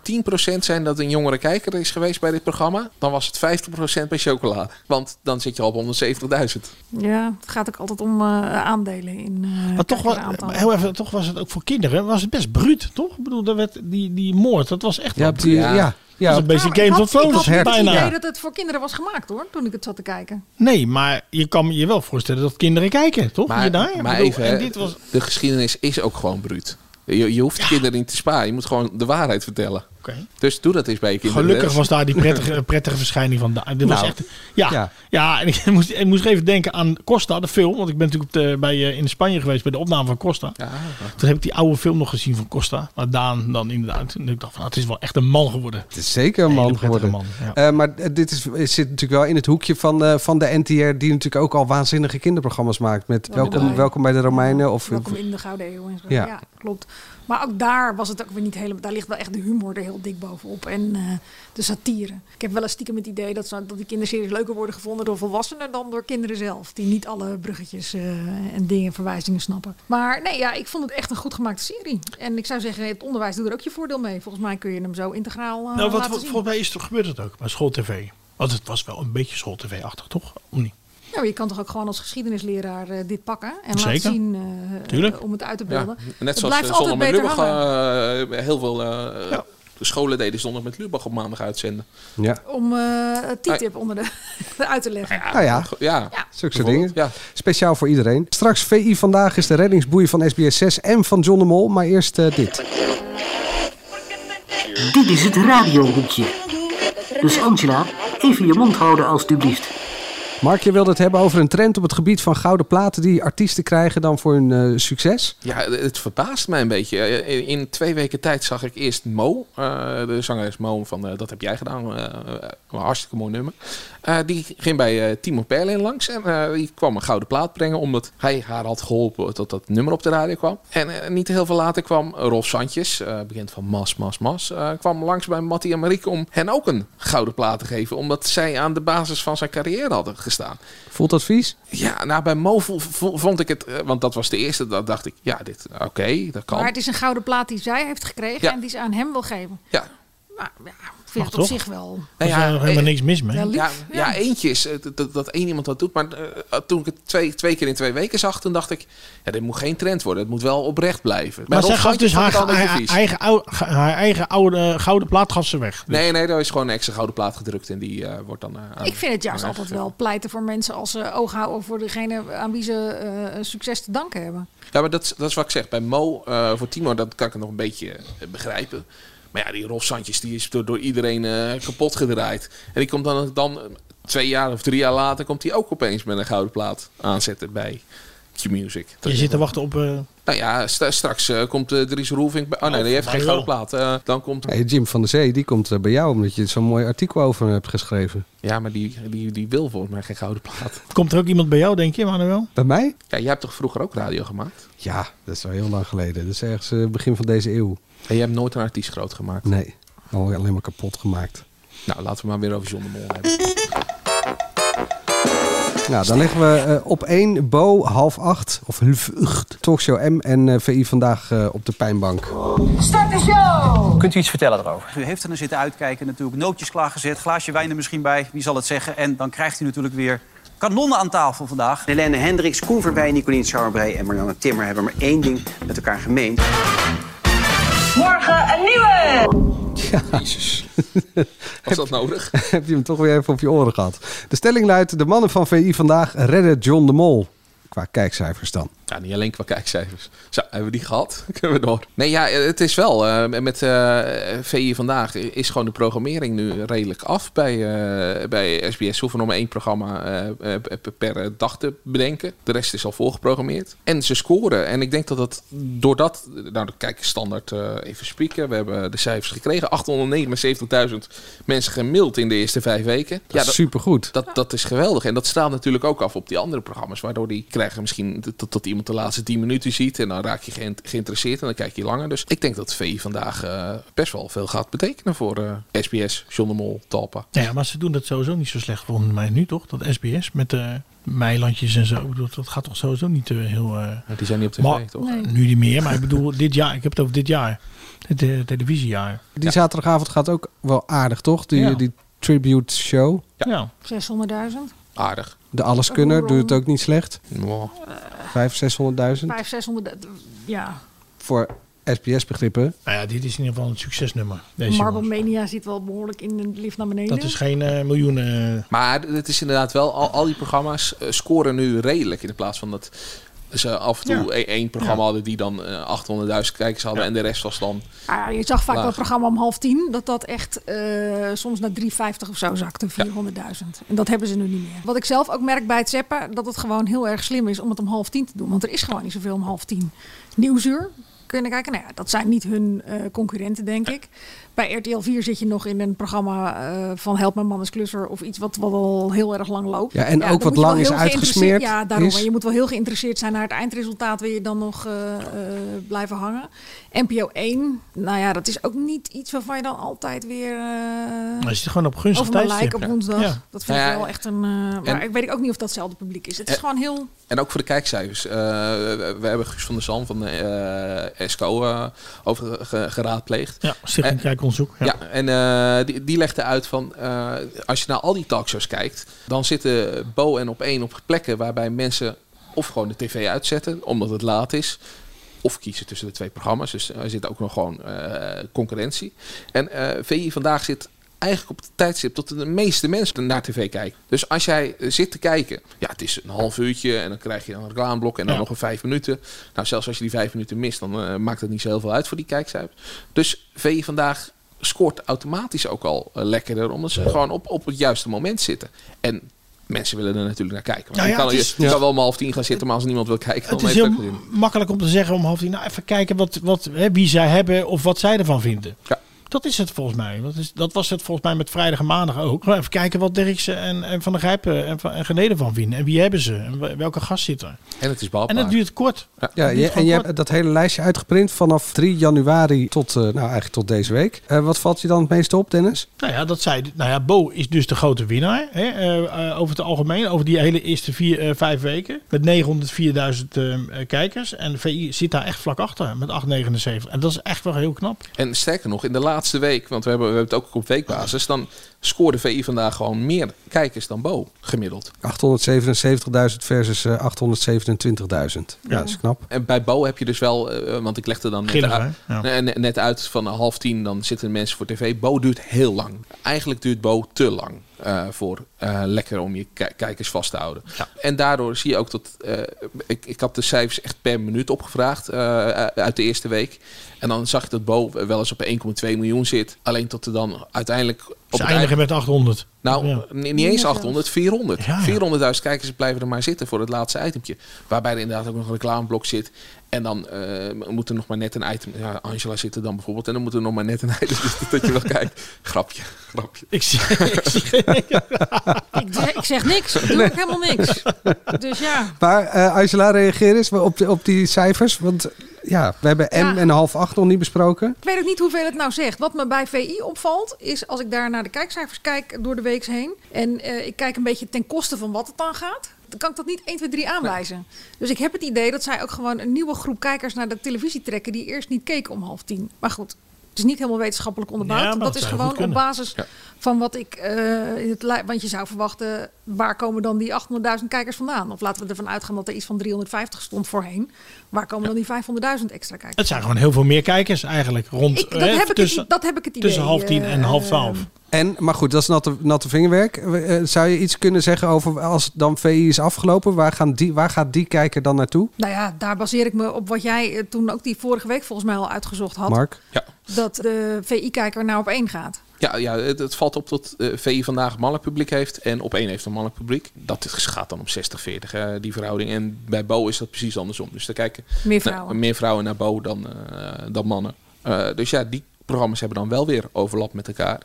Speaker 3: 10% zijn dat een jongere kijker is geweest bij dit programma, dan was het 50% bij chocolade. Want dan zit je al op 170.000.
Speaker 6: Ja, het gaat ook altijd om eh, aandelen in eh
Speaker 5: Maar toch, wa-
Speaker 6: kijkeraantallen.
Speaker 5: heel even, toch was het ook voor kinderen was het best bruut, toch? Ik bedoel, daar werd die, die moord, dat was echt
Speaker 4: Ja,
Speaker 5: wel
Speaker 4: op die,
Speaker 5: bruut.
Speaker 4: ja.
Speaker 3: Ja.
Speaker 4: ja,
Speaker 5: Dat is een beetje Games of
Speaker 6: Nou, Ik
Speaker 5: Thrones
Speaker 6: had niet het idee
Speaker 5: bijna.
Speaker 6: dat het voor kinderen was gemaakt hoor, toen ik het zat te kijken.
Speaker 5: Nee, maar je kan je wel voorstellen dat kinderen kijken, toch?
Speaker 3: Maar,
Speaker 5: Hiernaar? Ik
Speaker 3: maar
Speaker 5: bedoel,
Speaker 3: even,
Speaker 5: en
Speaker 3: hè,
Speaker 5: dit was,
Speaker 3: de geschiedenis is ook gewoon bruut. Je, je hoeft de kinderen niet te sparen. Je moet gewoon de waarheid vertellen.
Speaker 5: Oké.
Speaker 3: Dus doe dat eens bij je kinderen.
Speaker 5: Gelukkig
Speaker 3: hè.
Speaker 5: was daar die prettige, prettige verschijning van. Da- Dit was
Speaker 4: Nou,
Speaker 5: echt, ja,
Speaker 4: ja.
Speaker 5: ja. en ik moest, ik moest even denken aan Costa, de film. Want ik ben natuurlijk op de, bij, eh, in Spanje geweest bij de opname van Costa.
Speaker 3: Ja,
Speaker 5: Toen heb ik die oude film nog gezien van Costa. Maar Daan dan inderdaad. En ik dacht van, nou, het is wel echt een man geworden.
Speaker 4: het is zeker een
Speaker 5: Hele
Speaker 4: man
Speaker 5: prettige
Speaker 4: geworden.
Speaker 5: man, ja.
Speaker 4: Eh, maar eh, dit is, zit natuurlijk wel in het hoekje van, eh, van de NTR, die natuurlijk ook al waanzinnige kinderprogramma's maakt. Met
Speaker 6: Welkom
Speaker 4: welkom,
Speaker 6: bij-
Speaker 4: welkom bij de Romeinen. Of,
Speaker 6: Welkom in de Gouden Eeuw en zo.
Speaker 4: Ja.
Speaker 6: Ja. klopt. Maar ook daar was het ook weer niet helemaal. Daar ligt wel echt de humor er heel dik bovenop. En eh, de satire. Ik heb wel eens stiekem het idee dat, ze, dat die kinderseries leuker worden gevonden door volwassenen dan door kinderen zelf. Die niet alle bruggetjes eh, en dingen, verwijzingen snappen. Maar nee, ja, ik vond het echt een goed gemaakte serie. En ik zou zeggen, het onderwijs doet er ook je voordeel mee. Volgens mij kun je hem zo integraal. eh
Speaker 5: nou, wat,
Speaker 6: laten zien.
Speaker 5: volgens mij is toch gebeurd het ook bij schooltv. Want het was wel een beetje schooltv-achtig, toch? Of niet?
Speaker 6: Nou, je kan toch ook gewoon als geschiedenisleraar eh, dit pakken en
Speaker 5: Zeker.
Speaker 6: laten zien eh,
Speaker 5: Tuurlijk.
Speaker 6: om het uit te
Speaker 3: ja.
Speaker 6: beelden.
Speaker 3: Net
Speaker 6: Het
Speaker 3: zoals
Speaker 6: blijft
Speaker 3: eh,
Speaker 6: altijd
Speaker 3: zondag met Lubach.
Speaker 6: beter hangen.
Speaker 3: eh, heel veel eh,
Speaker 5: Ja.
Speaker 3: de scholen deden zondag met Lubach op maandag uitzenden.
Speaker 4: ja,
Speaker 6: Om eh TTIP onder de uit te leggen.
Speaker 4: nou ja,
Speaker 3: Go- Ja, ja.
Speaker 4: zulke soort dingen.
Speaker 3: ja.
Speaker 4: Speciaal voor iedereen. Straks VI vandaag is de reddingsboei van SBS6 en van John de Mol. Maar eerst eh, dit.
Speaker 11: Dit is het radiohoekje. Dus Angela, even je mond houden alstublieft.
Speaker 4: Mark, je wilde het hebben over een trend op het gebied van gouden platen die artiesten krijgen dan voor hun eh, succes.
Speaker 3: Ja, het verbaast mij een beetje. Eh, in- In twee weken tijd zag ik eerst Mo, eh, de zangeres Mo van eh, Dat heb jij gedaan, eh, een hartstikke mooi nummer. Eh, die ging bij eh, Timo Perlin langs en eh, die kwam een gouden plaat brengen omdat hij haar had geholpen tot dat nummer op de radio kwam. En eh, niet heel veel later kwam Rolf Santjes, eh bekend van Mas, Mas, Mas, eh, kwam langs bij Mattie en Marieke om hen ook een gouden plaat te geven omdat zij aan de basis van zijn carrière hadden gestaan.
Speaker 4: Voelt dat vies?
Speaker 3: Ja, nou bij Mo vo- vo- vond ik het, eh, want dat was de eerste, dat dacht ik, ja, dit, eh, oké, dat kan.
Speaker 6: Maar het is een gouden plaat die zij heeft gekregen
Speaker 3: Ja.
Speaker 6: en die ze aan hem wil geven.
Speaker 3: Ja.
Speaker 6: Nou ja, ik vind het op
Speaker 5: toch?
Speaker 6: zich wel
Speaker 5: Er
Speaker 3: Nou
Speaker 5: was daar helemaal
Speaker 3: eh,
Speaker 5: niks mis mee.
Speaker 6: wel lief.
Speaker 3: ja, ja, eentje is eh, dat, dat één iemand dat doet. Maar eh, toen ik het twee, twee keer in twee weken zag, toen dacht ik... Ja, dit moet geen trend worden. Het moet wel oprecht blijven. Bij
Speaker 5: Maar zij
Speaker 3: Rolf
Speaker 5: gaf
Speaker 3: Santjes
Speaker 5: dus
Speaker 3: vond
Speaker 5: haar,
Speaker 3: ik het al een
Speaker 5: haar,
Speaker 3: beetje vies.
Speaker 5: eigen, oude, haar eigen oude eh, gouden plaat gaf ze weg.
Speaker 3: Nee, nee, daar is gewoon een extra gouden plaat gedrukt. En die eh, wordt dan eh, aan...
Speaker 6: Ik vind het juist
Speaker 3: aan
Speaker 6: altijd
Speaker 3: gegeven.
Speaker 6: wel pleiten voor mensen als ze oog houden voor degene aan wie ze eh, succes te danken hebben.
Speaker 3: Ja, maar dat, is- dat is wat ik zeg. Bij Mo, eh, voor Timo, dat kan ik nog een beetje eh, begrijpen. Maar ja, die Rolf Santjes, die is door, door iedereen eh, kapot gedraaid. En die komt dan, dan eh, twee jaar of drie jaar later... komt hij ook opeens met een gouden plaat aanzetten bij... Q-Music. Dat
Speaker 5: Je
Speaker 3: is
Speaker 5: zit te wachten op... eh,
Speaker 3: Nou ja, st- straks eh, komt eh, Dries Roelvink... bij- Oh nee, die heeft geen
Speaker 5: mij
Speaker 3: gouden plaat. Eh, dan komt...
Speaker 4: Hey, Jim van der Zee, die komt eh, bij jou omdat je zo'n mooi artikel over hem hebt geschreven.
Speaker 3: Ja, maar die, die, die wil volgens mij geen gouden plaat.
Speaker 5: komt er ook iemand bij jou, denk je, Manuel?
Speaker 4: Bij mij?
Speaker 3: Ja, jij hebt toch vroeger ook radio gemaakt?
Speaker 4: Ja, dat is al heel lang geleden. Dat is ergens eh, begin van deze eeuw.
Speaker 3: En jij hebt nooit een artiest groot gemaakt.
Speaker 4: Nee, al alleen maar kapot gemaakt.
Speaker 3: Nou, laten we maar weer over John de Mol hebben.
Speaker 4: Nou, dan leggen we eh, op één Bo, half acht, of half acht, Talkshow M en eh, VI vandaag eh, op de pijnbank.
Speaker 7: Start de show!
Speaker 10: Kunt u iets vertellen erover?
Speaker 8: U heeft er naar zitten uitkijken natuurlijk. Nootjes klaargezet, glaasje wijn er misschien bij. Wie zal het zeggen? En dan krijgt u natuurlijk weer kanonnen aan tafel vandaag. Helene Hendricks, Koen Verwij, Nicolien Sauerbrei en Marianne Timmer... hebben maar één ding met elkaar gemeen.
Speaker 7: Morgen een nieuwe!
Speaker 3: Was dat nodig?
Speaker 4: Heb je hem toch weer even op je oren gehad. De stelling luidt, de mannen van VI vandaag redden John de Mol. Qua kijkcijfers dan.
Speaker 3: Ja, niet alleen qua kijkcijfers. Zo, hebben we die gehad? Kunnen we door. Nee, ja, het is wel. eh, met eh VI vandaag is gewoon de programmering nu redelijk af bij, eh, bij SBS. Ze hoeven nog maar één programma eh, eh, per eh, dag te bedenken. De rest is al voorgeprogrammeerd. En ze scoren. En ik denk dat dat doordat... Nou, dan kijk ik standaard eh, even spieken. We hebben de cijfers gekregen. 879.000 mensen gemaild in de eerste vijf weken.
Speaker 4: Dat is supergoed.
Speaker 3: Dat, dat is geweldig. En dat straalt natuurlijk ook af op die andere programma's. Waardoor die krijgen misschien t- tot, tot die iemand de laatste 10 minuten ziet en dan raak je geïn- geïnteresseerd en dan kijk je langer. Dus ik denk dat VI vandaag eh, best wel veel gaat betekenen voor eh, SBS, John de Mol, Talpa.
Speaker 5: Nou ja, maar ze doen dat sowieso niet zo slecht volgens mij nu toch? Dat SBS met de meilandjes en zo. Ik bedoel, dat gaat toch sowieso niet eh, heel... eh,
Speaker 3: Die zijn niet op tv,
Speaker 5: maar-
Speaker 3: toch?
Speaker 6: Nee.
Speaker 5: Nu niet meer, maar ik bedoel dit jaar. Ik heb het over dit jaar. Het eh, televisiejaar.
Speaker 4: Die zaterdagavond gaat ook wel aardig, toch? Die,
Speaker 5: Ja.
Speaker 4: die tribute show.
Speaker 5: Ja.
Speaker 6: 600.000.
Speaker 3: Aardig.
Speaker 4: De Alleskunner doet het ook niet slecht.
Speaker 3: Wow.
Speaker 4: Vijf, 600.000.
Speaker 6: 5, 600. Ja.
Speaker 4: Voor SBS-begrippen.
Speaker 5: Nou ja, dit is in ieder geval een succesnummer. Deze
Speaker 6: Marble
Speaker 5: jongens.
Speaker 6: Mania zit wel behoorlijk in het lift naar beneden.
Speaker 5: Dat is geen eh, miljoen... eh,
Speaker 6: Oh.
Speaker 3: Maar het is inderdaad wel, al, al die programma's eh, scoren nu redelijk. In plaats van dat ze af en toe
Speaker 5: Ja.
Speaker 3: e- één programma hadden die dan eh, 800.000 kijkers hadden en de rest was dan...
Speaker 6: Ah, ja, je zag vaak
Speaker 3: Laag.
Speaker 6: dat programma om half tien, dat dat echt eh, soms naar 3,50 of zo zakte, 400.000. En dat hebben ze nu niet meer. Wat ik zelf ook merk bij het zeppen, dat het gewoon heel erg slim is om het om half tien te doen. Want er is gewoon niet zoveel om half tien. Nieuwsuur kunnen kijken, nou ja, dat zijn niet hun eh, concurrenten, denk ik. Bij RTL 4 zit je nog in een programma eh, van Help Mijn Man is Klusser of iets wat, wat al heel erg lang loopt.
Speaker 4: Ja, en ook
Speaker 6: dan
Speaker 4: wat
Speaker 6: moet je wel
Speaker 4: lang is
Speaker 6: heel geïnteresseerd-
Speaker 4: uitgesmeerd
Speaker 6: Ja, daarom.
Speaker 4: is.
Speaker 6: En je moet wel heel geïnteresseerd zijn naar het eindresultaat. Wil je dan nog eh, eh, blijven hangen? NPO 1, nou ja, dat is ook niet iets waarvan je dan altijd weer... eh,
Speaker 5: Hij zit gewoon op gunstig
Speaker 6: over mijn
Speaker 5: tijdstip.
Speaker 6: lijk op woensdag.
Speaker 5: Ja.
Speaker 6: Dat vind
Speaker 3: Nou
Speaker 6: ik
Speaker 3: ja,
Speaker 6: wel echt een... eh, maar
Speaker 3: en-
Speaker 6: ik weet ook niet of dat hetzelfde publiek is. Het is
Speaker 3: Eh,
Speaker 6: gewoon heel...
Speaker 3: En ook voor de kijkcijfers. Eh, we, we hebben Guus van der Zalm van eh SCO eh, over ge- geraadpleegd.
Speaker 5: Ja,
Speaker 4: Eh,
Speaker 5: Stichting Kijkonderzoek. Ja.
Speaker 3: Ja, en eh, die, die legde uit van eh, als je naar al die talkshows kijkt, dan zitten Bo en op één op plekken waarbij mensen of gewoon de tv uitzetten omdat het laat is. Of kiezen tussen de twee programma's. Dus er zit ook nog gewoon eh, concurrentie. En eh VI vandaag zit eigenlijk op het tijdstip dat de meeste mensen naar tv kijken. Dus als jij eh, zit te kijken, ja, het is een half uurtje en dan krijg je een reclameblok en dan
Speaker 5: Ja.
Speaker 3: nog een vijf minuten. Nou, zelfs als je die vijf minuten mist, dan eh, maakt het niet zo heel veel uit voor die kijkcijfers. Dus VI vandaag scoort automatisch ook al eh, lekkerder, omdat ze gewoon op, op het juiste moment zitten. En mensen willen er natuurlijk naar kijken. Want
Speaker 5: Nou
Speaker 3: je
Speaker 5: ja,
Speaker 3: kan,
Speaker 5: het
Speaker 3: je-
Speaker 5: is-
Speaker 3: je
Speaker 5: ja.
Speaker 3: kan wel om half tien gaan zitten, maar als niemand wil kijken, dan
Speaker 5: Het is
Speaker 3: heeft
Speaker 5: heel
Speaker 3: het ook geen zin.
Speaker 5: makkelijk om te zeggen om half tien. Nou, even kijken wat, wat, hè, wie zij hebben of wat zij ervan vinden.
Speaker 3: Ja.
Speaker 5: Dat is het volgens mij. Dat, is, dat was het volgens mij met vrijdag en maandag ook. Gewoon Even kijken wat Derksen en, en Van der Grijpen en, van, en Geneden van vinden. En wie hebben ze? En wa- welke gast zit er?
Speaker 3: En het is
Speaker 5: En
Speaker 3: behapbaar.
Speaker 5: dat duurt kort.
Speaker 4: Ja,
Speaker 5: duurt
Speaker 4: je-
Speaker 5: gewoon
Speaker 4: en je
Speaker 5: kort.
Speaker 4: hebt dat hele lijstje uitgeprint vanaf 3 januari tot, eh, nou eigenlijk tot deze week. Eh, wat valt je dan het meeste op, Dennis?
Speaker 5: Nou ja, dat zei, nou ja, Bo is dus de grote winnaar. Hè, eh, eh, over het algemeen, over die hele eerste vier, eh, vijf weken. Met 904.000 eh, kijkers. En VI zit daar echt vlak achter met 8,79. En dat is echt wel heel knap.
Speaker 3: En sterker nog, in de laatste week, want we hebben, we hebben het ook op weekbasis, dan scoorde VI vandaag gewoon meer kijkers dan Bo gemiddeld.
Speaker 4: 877.000 versus eh, 827.000. Ja, dat is knap.
Speaker 3: En bij Bo heb je dus wel, eh, want ik legde dan net,
Speaker 5: Grillig,
Speaker 3: uit,
Speaker 5: hè? Ja.
Speaker 3: ne- ne- net uit van half tien, dan zitten mensen voor tv. Bo duurt heel lang. Eigenlijk duurt Bo te lang eh, voor eh, lekker om je ki- kijkers vast te houden. En daardoor zie je ook dat, eh, ik, ik had de cijfers echt per minuut opgevraagd eh, uit de eerste week. En dan zag je dat Bo wel eens op 1,2 miljoen zit. Alleen tot er dan uiteindelijk... Op
Speaker 5: Ze
Speaker 3: het eind-
Speaker 5: eindigen met 800.
Speaker 3: Nou,
Speaker 5: Ja.
Speaker 3: ni- niet eens 800, 400.
Speaker 5: Ja, ja.
Speaker 3: 400.000 kijkers blijven er maar zitten voor het laatste itempje. Waarbij er inderdaad ook nog een reclameblok zit. En dan eh, moet er nog maar net een item... Ja, Angela zit er dan bijvoorbeeld. En dan moet er nog maar net een item zitten dat je wel kijkt. Grapje, grapje.
Speaker 5: Ik zie, ik zie geen-
Speaker 6: Ik, zeg- ik zeg niks. Ik doe ook helemaal niks. Dus ja.
Speaker 4: Maar eh Angela, reageer eens op, de- op die cijfers. Want ja, we hebben M
Speaker 6: Ja.
Speaker 4: en half acht nog niet besproken.
Speaker 6: Ik weet ook niet hoeveel het nou zegt. Wat me bij VI opvalt, is als ik daar naar de kijkcijfers kijk door de weeks heen. En eh, ik kijk een beetje ten koste van wat het dan gaat. Dan kan ik dat niet 1, 2, 3 aanwijzen. Dus ik heb het idee dat zij ook gewoon een nieuwe groep kijkers naar de televisie trekken. die eerst niet keken om half tien. Maar goed, het is niet helemaal wetenschappelijk onderbouwd.
Speaker 5: Ja, maar
Speaker 6: dat
Speaker 5: dat
Speaker 6: is
Speaker 5: zou goed
Speaker 6: gewoon op
Speaker 5: kunnen.
Speaker 6: basis van wat ik. eh, in het lij- want je zou verwachten, waar komen dan die 800.000 kijkers vandaan? Of laten we ervan uitgaan dat er iets van 350 stond voorheen. Waar komen dan die 500.000 extra kijkers?
Speaker 5: Het zijn gewoon heel veel meer kijkers eigenlijk. Rond,
Speaker 6: Ik, dat,
Speaker 5: hè,
Speaker 6: heb ik
Speaker 5: tussen,
Speaker 6: het, dat heb ik het idee.
Speaker 5: tussen half tien en
Speaker 6: eh,
Speaker 5: half twaalf.
Speaker 4: En, maar goed, dat is natte, natte vingerwerk. Eh, eh, zou je iets kunnen zeggen over als dan VI is afgelopen? Waar, gaan die, waar gaat die kijker dan naartoe,
Speaker 6: Nou ja, daar baseer ik me op wat jij eh, toen ook die vorige week volgens mij al uitgezocht had.
Speaker 4: Mark?
Speaker 3: Ja,
Speaker 6: Dat de VI-kijker nou op één gaat.
Speaker 3: ja, ja het, het valt op dat eh, VI vandaag een mannelijk publiek heeft. En op één heeft een mannelijk publiek. Dat is- gaat dan om 60-40, eh, die verhouding. En bij Bo is dat precies andersom. Dus daar kijken
Speaker 6: Meer
Speaker 3: Nou,
Speaker 6: vrouwen.
Speaker 3: meer vrouwen naar Bo dan, eh, dan mannen. Eh, dus ja, die programma's hebben dan wel weer overlap met elkaar.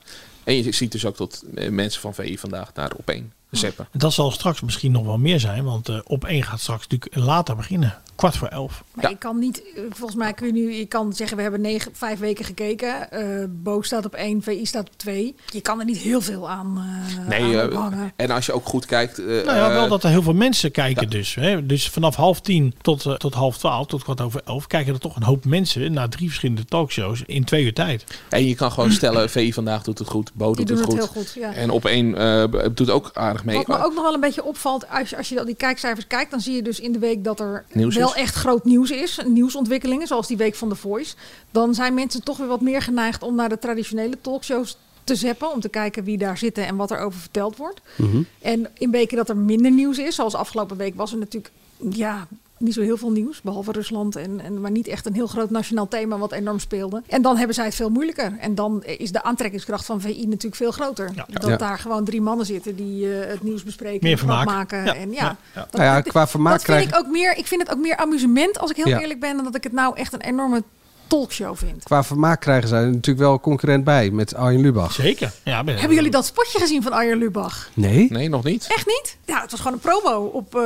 Speaker 3: En je ziet dus ook dat eh, mensen van VI vandaag naar opeen Zeppen.
Speaker 5: En dat zal straks misschien nog wel meer zijn, want eh, op één gaat straks natuurlijk later beginnen. Kwart voor elf.
Speaker 6: Maar je kan niet, eh, volgens mij kun je nu, je kan zeggen we hebben negen, vijf weken gekeken. Eh Bo staat op één, VI staat op twee. Je kan er niet heel veel aan, eh
Speaker 3: Nee,
Speaker 6: aan
Speaker 3: eh,
Speaker 6: ophangen.
Speaker 3: en als je ook goed kijkt... eh,
Speaker 5: Nou ja, wel
Speaker 3: eh,
Speaker 5: dat er heel veel mensen kijken dus. Hè? Dus vanaf half tien tot, eh, tot half twaalf, tot kwart over elf, kijken er toch een hoop mensen naar drie verschillende talkshows in twee uur tijd.
Speaker 3: eh, En je kan gewoon stellen, VI vandaag doet het goed, Bo doet
Speaker 6: doen
Speaker 3: het
Speaker 6: het
Speaker 3: goed.
Speaker 6: heel goed, ja.
Speaker 3: En op één eh, doet ook aardig mee.
Speaker 6: Wat me ook nog wel een beetje opvalt, als je, als je al die kijkcijfers kijkt, dan zie je dus in de week dat er
Speaker 3: Nieuws
Speaker 6: wel
Speaker 3: is.
Speaker 6: echt groot nieuws is. Nieuwsontwikkelingen, zoals die week van The Voice. Dan zijn mensen toch weer wat meer geneigd om naar de traditionele talkshows te zeppen. Om te kijken wie daar zitten en wat er over verteld wordt.
Speaker 4: Mhm.
Speaker 6: En in weken dat er minder nieuws is, zoals afgelopen week was er natuurlijk ja, niet zo heel veel nieuws, behalve Rusland, en, en, maar niet echt een heel groot nationaal thema wat enorm speelde. En dan hebben zij het veel moeilijker. En dan is de aantrekkingskracht van VI natuurlijk veel groter. Dat
Speaker 4: Ja.
Speaker 6: daar gewoon drie mannen zitten die eh, het nieuws bespreken,
Speaker 4: Meer
Speaker 6: en vermaak
Speaker 4: vermaak.
Speaker 6: maken.
Speaker 4: Ja,
Speaker 6: En ja,
Speaker 4: ja, ja.
Speaker 6: Dat,
Speaker 4: Nou ja, qua vermaak
Speaker 6: dat vind
Speaker 4: krijg-
Speaker 6: ik ook meer. Ik vind het ook meer amusement als ik heel
Speaker 4: Ja.
Speaker 6: eerlijk ben, dan dat ik het nou echt een enorme talkshow vind.
Speaker 4: Qua vermaak krijgen zij er natuurlijk wel een concurrent bij met Arjen Lubach.
Speaker 5: Zeker. Ja,
Speaker 6: Hebben jullie dat spotje gezien van Arjen Lubach?
Speaker 4: Nee?
Speaker 3: Nee, nog niet.
Speaker 6: Echt niet? Ja, het was gewoon een promo op eh,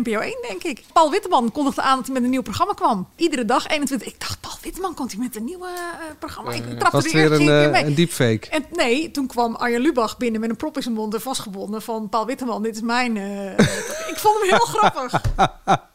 Speaker 6: NPO 1, denk ik. Paul Witteman kondigde aan dat hij met een nieuw programma kwam. Iedere dag 21. Ik dacht, Paul Witteman komt hij met een nieuw eh, programma. Ik trapte
Speaker 4: was
Speaker 6: er
Speaker 4: het weer
Speaker 6: eerst
Speaker 4: een,
Speaker 6: geen keer
Speaker 4: eh,
Speaker 6: mee.
Speaker 4: een deepfake?
Speaker 6: En nee, toen kwam Arjen Lubach binnen met een prop in zijn mond en vastgebonden van Paul Witteman, dit is mijn... eh, ik vond hem heel grappig.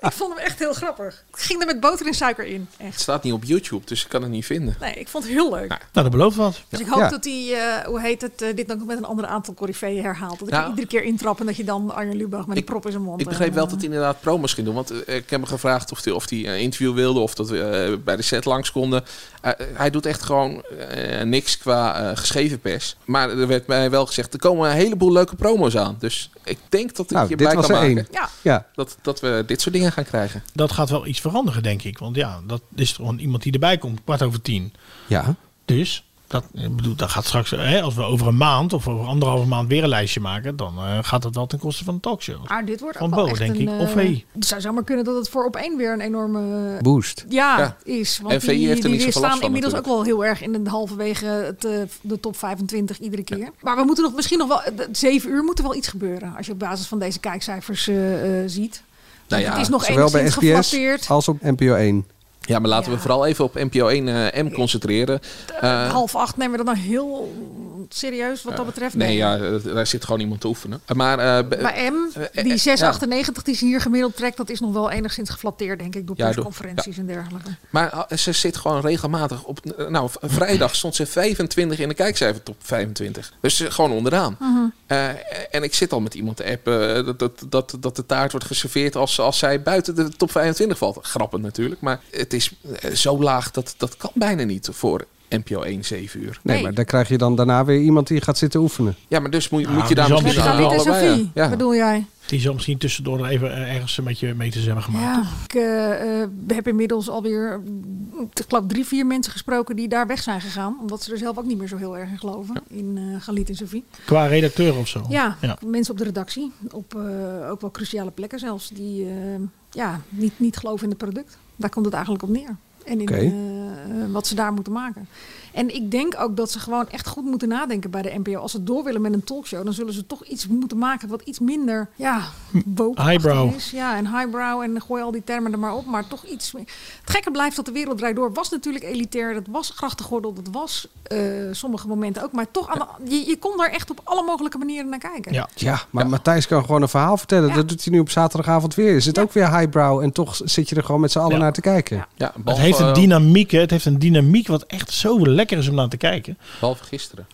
Speaker 6: Ik vond hem echt heel grappig. Ik ging er met boter en suiker in. Echt.
Speaker 3: Het staat niet op YouTube, dus ik kan het niet vinden.
Speaker 6: Nee, ik vond het heel leuk.
Speaker 5: Nou, dat belooft wat.
Speaker 6: Dus ik hoop dat hij, eh, hoe heet het, eh, dit dan ook met een ander aantal coryfeeën herhaalt. Dat ik
Speaker 3: Nou.
Speaker 6: er iedere keer intrap en dat je dan Arjen Lubach met een prop in zijn mond...
Speaker 3: Ik begreep
Speaker 6: eh,
Speaker 3: wel dat hij inderdaad promo's ging doen. Want eh, ik heb hem gevraagd of hij of die een interview wilde. Of dat we eh, bij de set langs konden. Eh, hij doet echt gewoon eh, niks qua eh, geschreven pers. Maar er werd mij wel gezegd, er komen een heleboel leuke promo's aan. Dus ik denk dat ik
Speaker 4: Nou,
Speaker 3: je
Speaker 4: dit
Speaker 3: blij
Speaker 4: was
Speaker 3: kan
Speaker 4: er
Speaker 3: maken.
Speaker 4: één. Ja. Ja.
Speaker 3: Dat, dat we dit soort dingen gaan krijgen.
Speaker 5: Dat gaat wel iets veranderen, denk ik. Want ja, dat is gewoon iemand die erbij komt, kwart over tien.
Speaker 4: Ja.
Speaker 5: Dus, dat, ik bedoel, dat gaat straks, hè, als we over een maand of over anderhalve maand weer een lijstje maken, dan eh, gaat dat wel ten koste van de talkshow.
Speaker 6: Maar dit wordt
Speaker 5: Van
Speaker 6: ook wel
Speaker 5: Bo,
Speaker 6: echt
Speaker 5: denk
Speaker 6: een,
Speaker 5: ik.
Speaker 6: eh,
Speaker 5: Of VI.
Speaker 6: Het zou zomaar kunnen dat het voor op één weer een enorme...
Speaker 4: Boost.
Speaker 6: Ja,
Speaker 5: Ja.
Speaker 6: is. Want
Speaker 3: En VI
Speaker 6: die,
Speaker 3: heeft er
Speaker 6: die
Speaker 3: niet
Speaker 6: weer
Speaker 3: zoveel last
Speaker 6: staan
Speaker 3: van
Speaker 6: inmiddels ook
Speaker 3: natuurlijk.
Speaker 6: wel heel erg in de halverwege het, eh, de top 25 iedere keer. Maar we moeten nog misschien nog wel... eh, Zeven uur moet er wel iets gebeuren. Als je op basis van deze kijkcijfers eh, eh, ziet.
Speaker 3: Nou
Speaker 6: Want
Speaker 3: ja,
Speaker 6: het is nog
Speaker 4: Zowel bij
Speaker 6: enigszins
Speaker 4: SBS
Speaker 6: geflatteerd.
Speaker 4: als op NPO 1.
Speaker 3: Ja, maar laten we vooral even op NPO 1 eh, M concentreren. Eh,
Speaker 6: Half acht nemen we dat nou heel serieus wat dat betreft.
Speaker 3: nee,
Speaker 6: mee.
Speaker 3: ja, eh, daar zit gewoon iemand te oefenen. Maar eh, be-
Speaker 6: Bij M,
Speaker 3: eh,
Speaker 6: die
Speaker 3: eh,
Speaker 6: 698 die ze hier gemiddeld trekt, dat is nog wel enigszins geflatteerd, denk ik, door
Speaker 3: Ja, door-
Speaker 6: persconferenties en dergelijke.
Speaker 3: Maar eh, ze zit gewoon regelmatig op. Nou, v- vrijdag stond ze 25 in de kijkcijfer top 25. Dus ze- gewoon onderaan.
Speaker 6: Mhm.
Speaker 3: Eh, en ik zit al met iemand te appen eh, dat, dat, dat, dat de taart wordt geserveerd als, als zij buiten de top 25 valt. Grappig natuurlijk, maar het is eh, zo laag dat dat kan bijna niet voor NPO 1 7 uur.
Speaker 4: Nee, maar daar krijg je dan daarna weer iemand die gaat zitten oefenen.
Speaker 3: Ja, maar dus moet,
Speaker 5: Nou,
Speaker 3: moet je daar
Speaker 5: die zal
Speaker 3: misschien
Speaker 5: misschien
Speaker 3: aan
Speaker 5: wel-
Speaker 6: Dit is
Speaker 3: allebei, eh,
Speaker 6: Sophie,
Speaker 3: ja.
Speaker 6: bedoel jij?
Speaker 5: Die zal misschien tussendoor nog even eh, ergens een beetje mee te hebben gemaakt.
Speaker 6: Ja, ik eh, eh, heb inmiddels alweer, mm, ik geloof drie, vier mensen gesproken die daar weg zijn gegaan. Omdat ze er zelf ook niet meer zo heel erg in geloven, in eh Galit en Sophie.
Speaker 5: Qua redacteur of zo.
Speaker 6: Ja, mensen op de redactie, op eh, ook wel cruciale plekken zelfs, die eh, ja, niet, niet geloven in het product. Daar komt het eigenlijk op neer. En in
Speaker 4: Oké.
Speaker 6: eh, eh, wat ze daar moeten maken. En ik denk ook dat ze gewoon echt goed moeten nadenken bij de NPO. Als ze door willen met een talkshow, dan zullen ze toch iets moeten maken wat iets minder ja, woke
Speaker 5: Highbrow.
Speaker 6: is. Ja, en highbrow en gooi al die termen er maar op. Maar toch iets meer. Het gekke blijft dat de wereld draait door. Was natuurlijk elitair, dat was grachtengordel, dat was eh, sommige momenten ook. Maar toch, aan de- je, je kon daar echt op alle mogelijke manieren naar kijken.
Speaker 5: Ja.
Speaker 4: Ja, maar Matthijs kan gewoon een verhaal vertellen.
Speaker 6: Ja.
Speaker 4: Dat doet hij nu op zaterdagavond weer. Is het ook weer highbrow en toch zit je er gewoon met z'n allen naar te kijken.
Speaker 3: Ja,
Speaker 5: Het
Speaker 3: behalve,
Speaker 5: heeft een
Speaker 3: eh,
Speaker 5: dynamiek, hè. Het heeft een dynamiek wat echt zo lekker is om naar te kijken.
Speaker 3: behalve gisteren.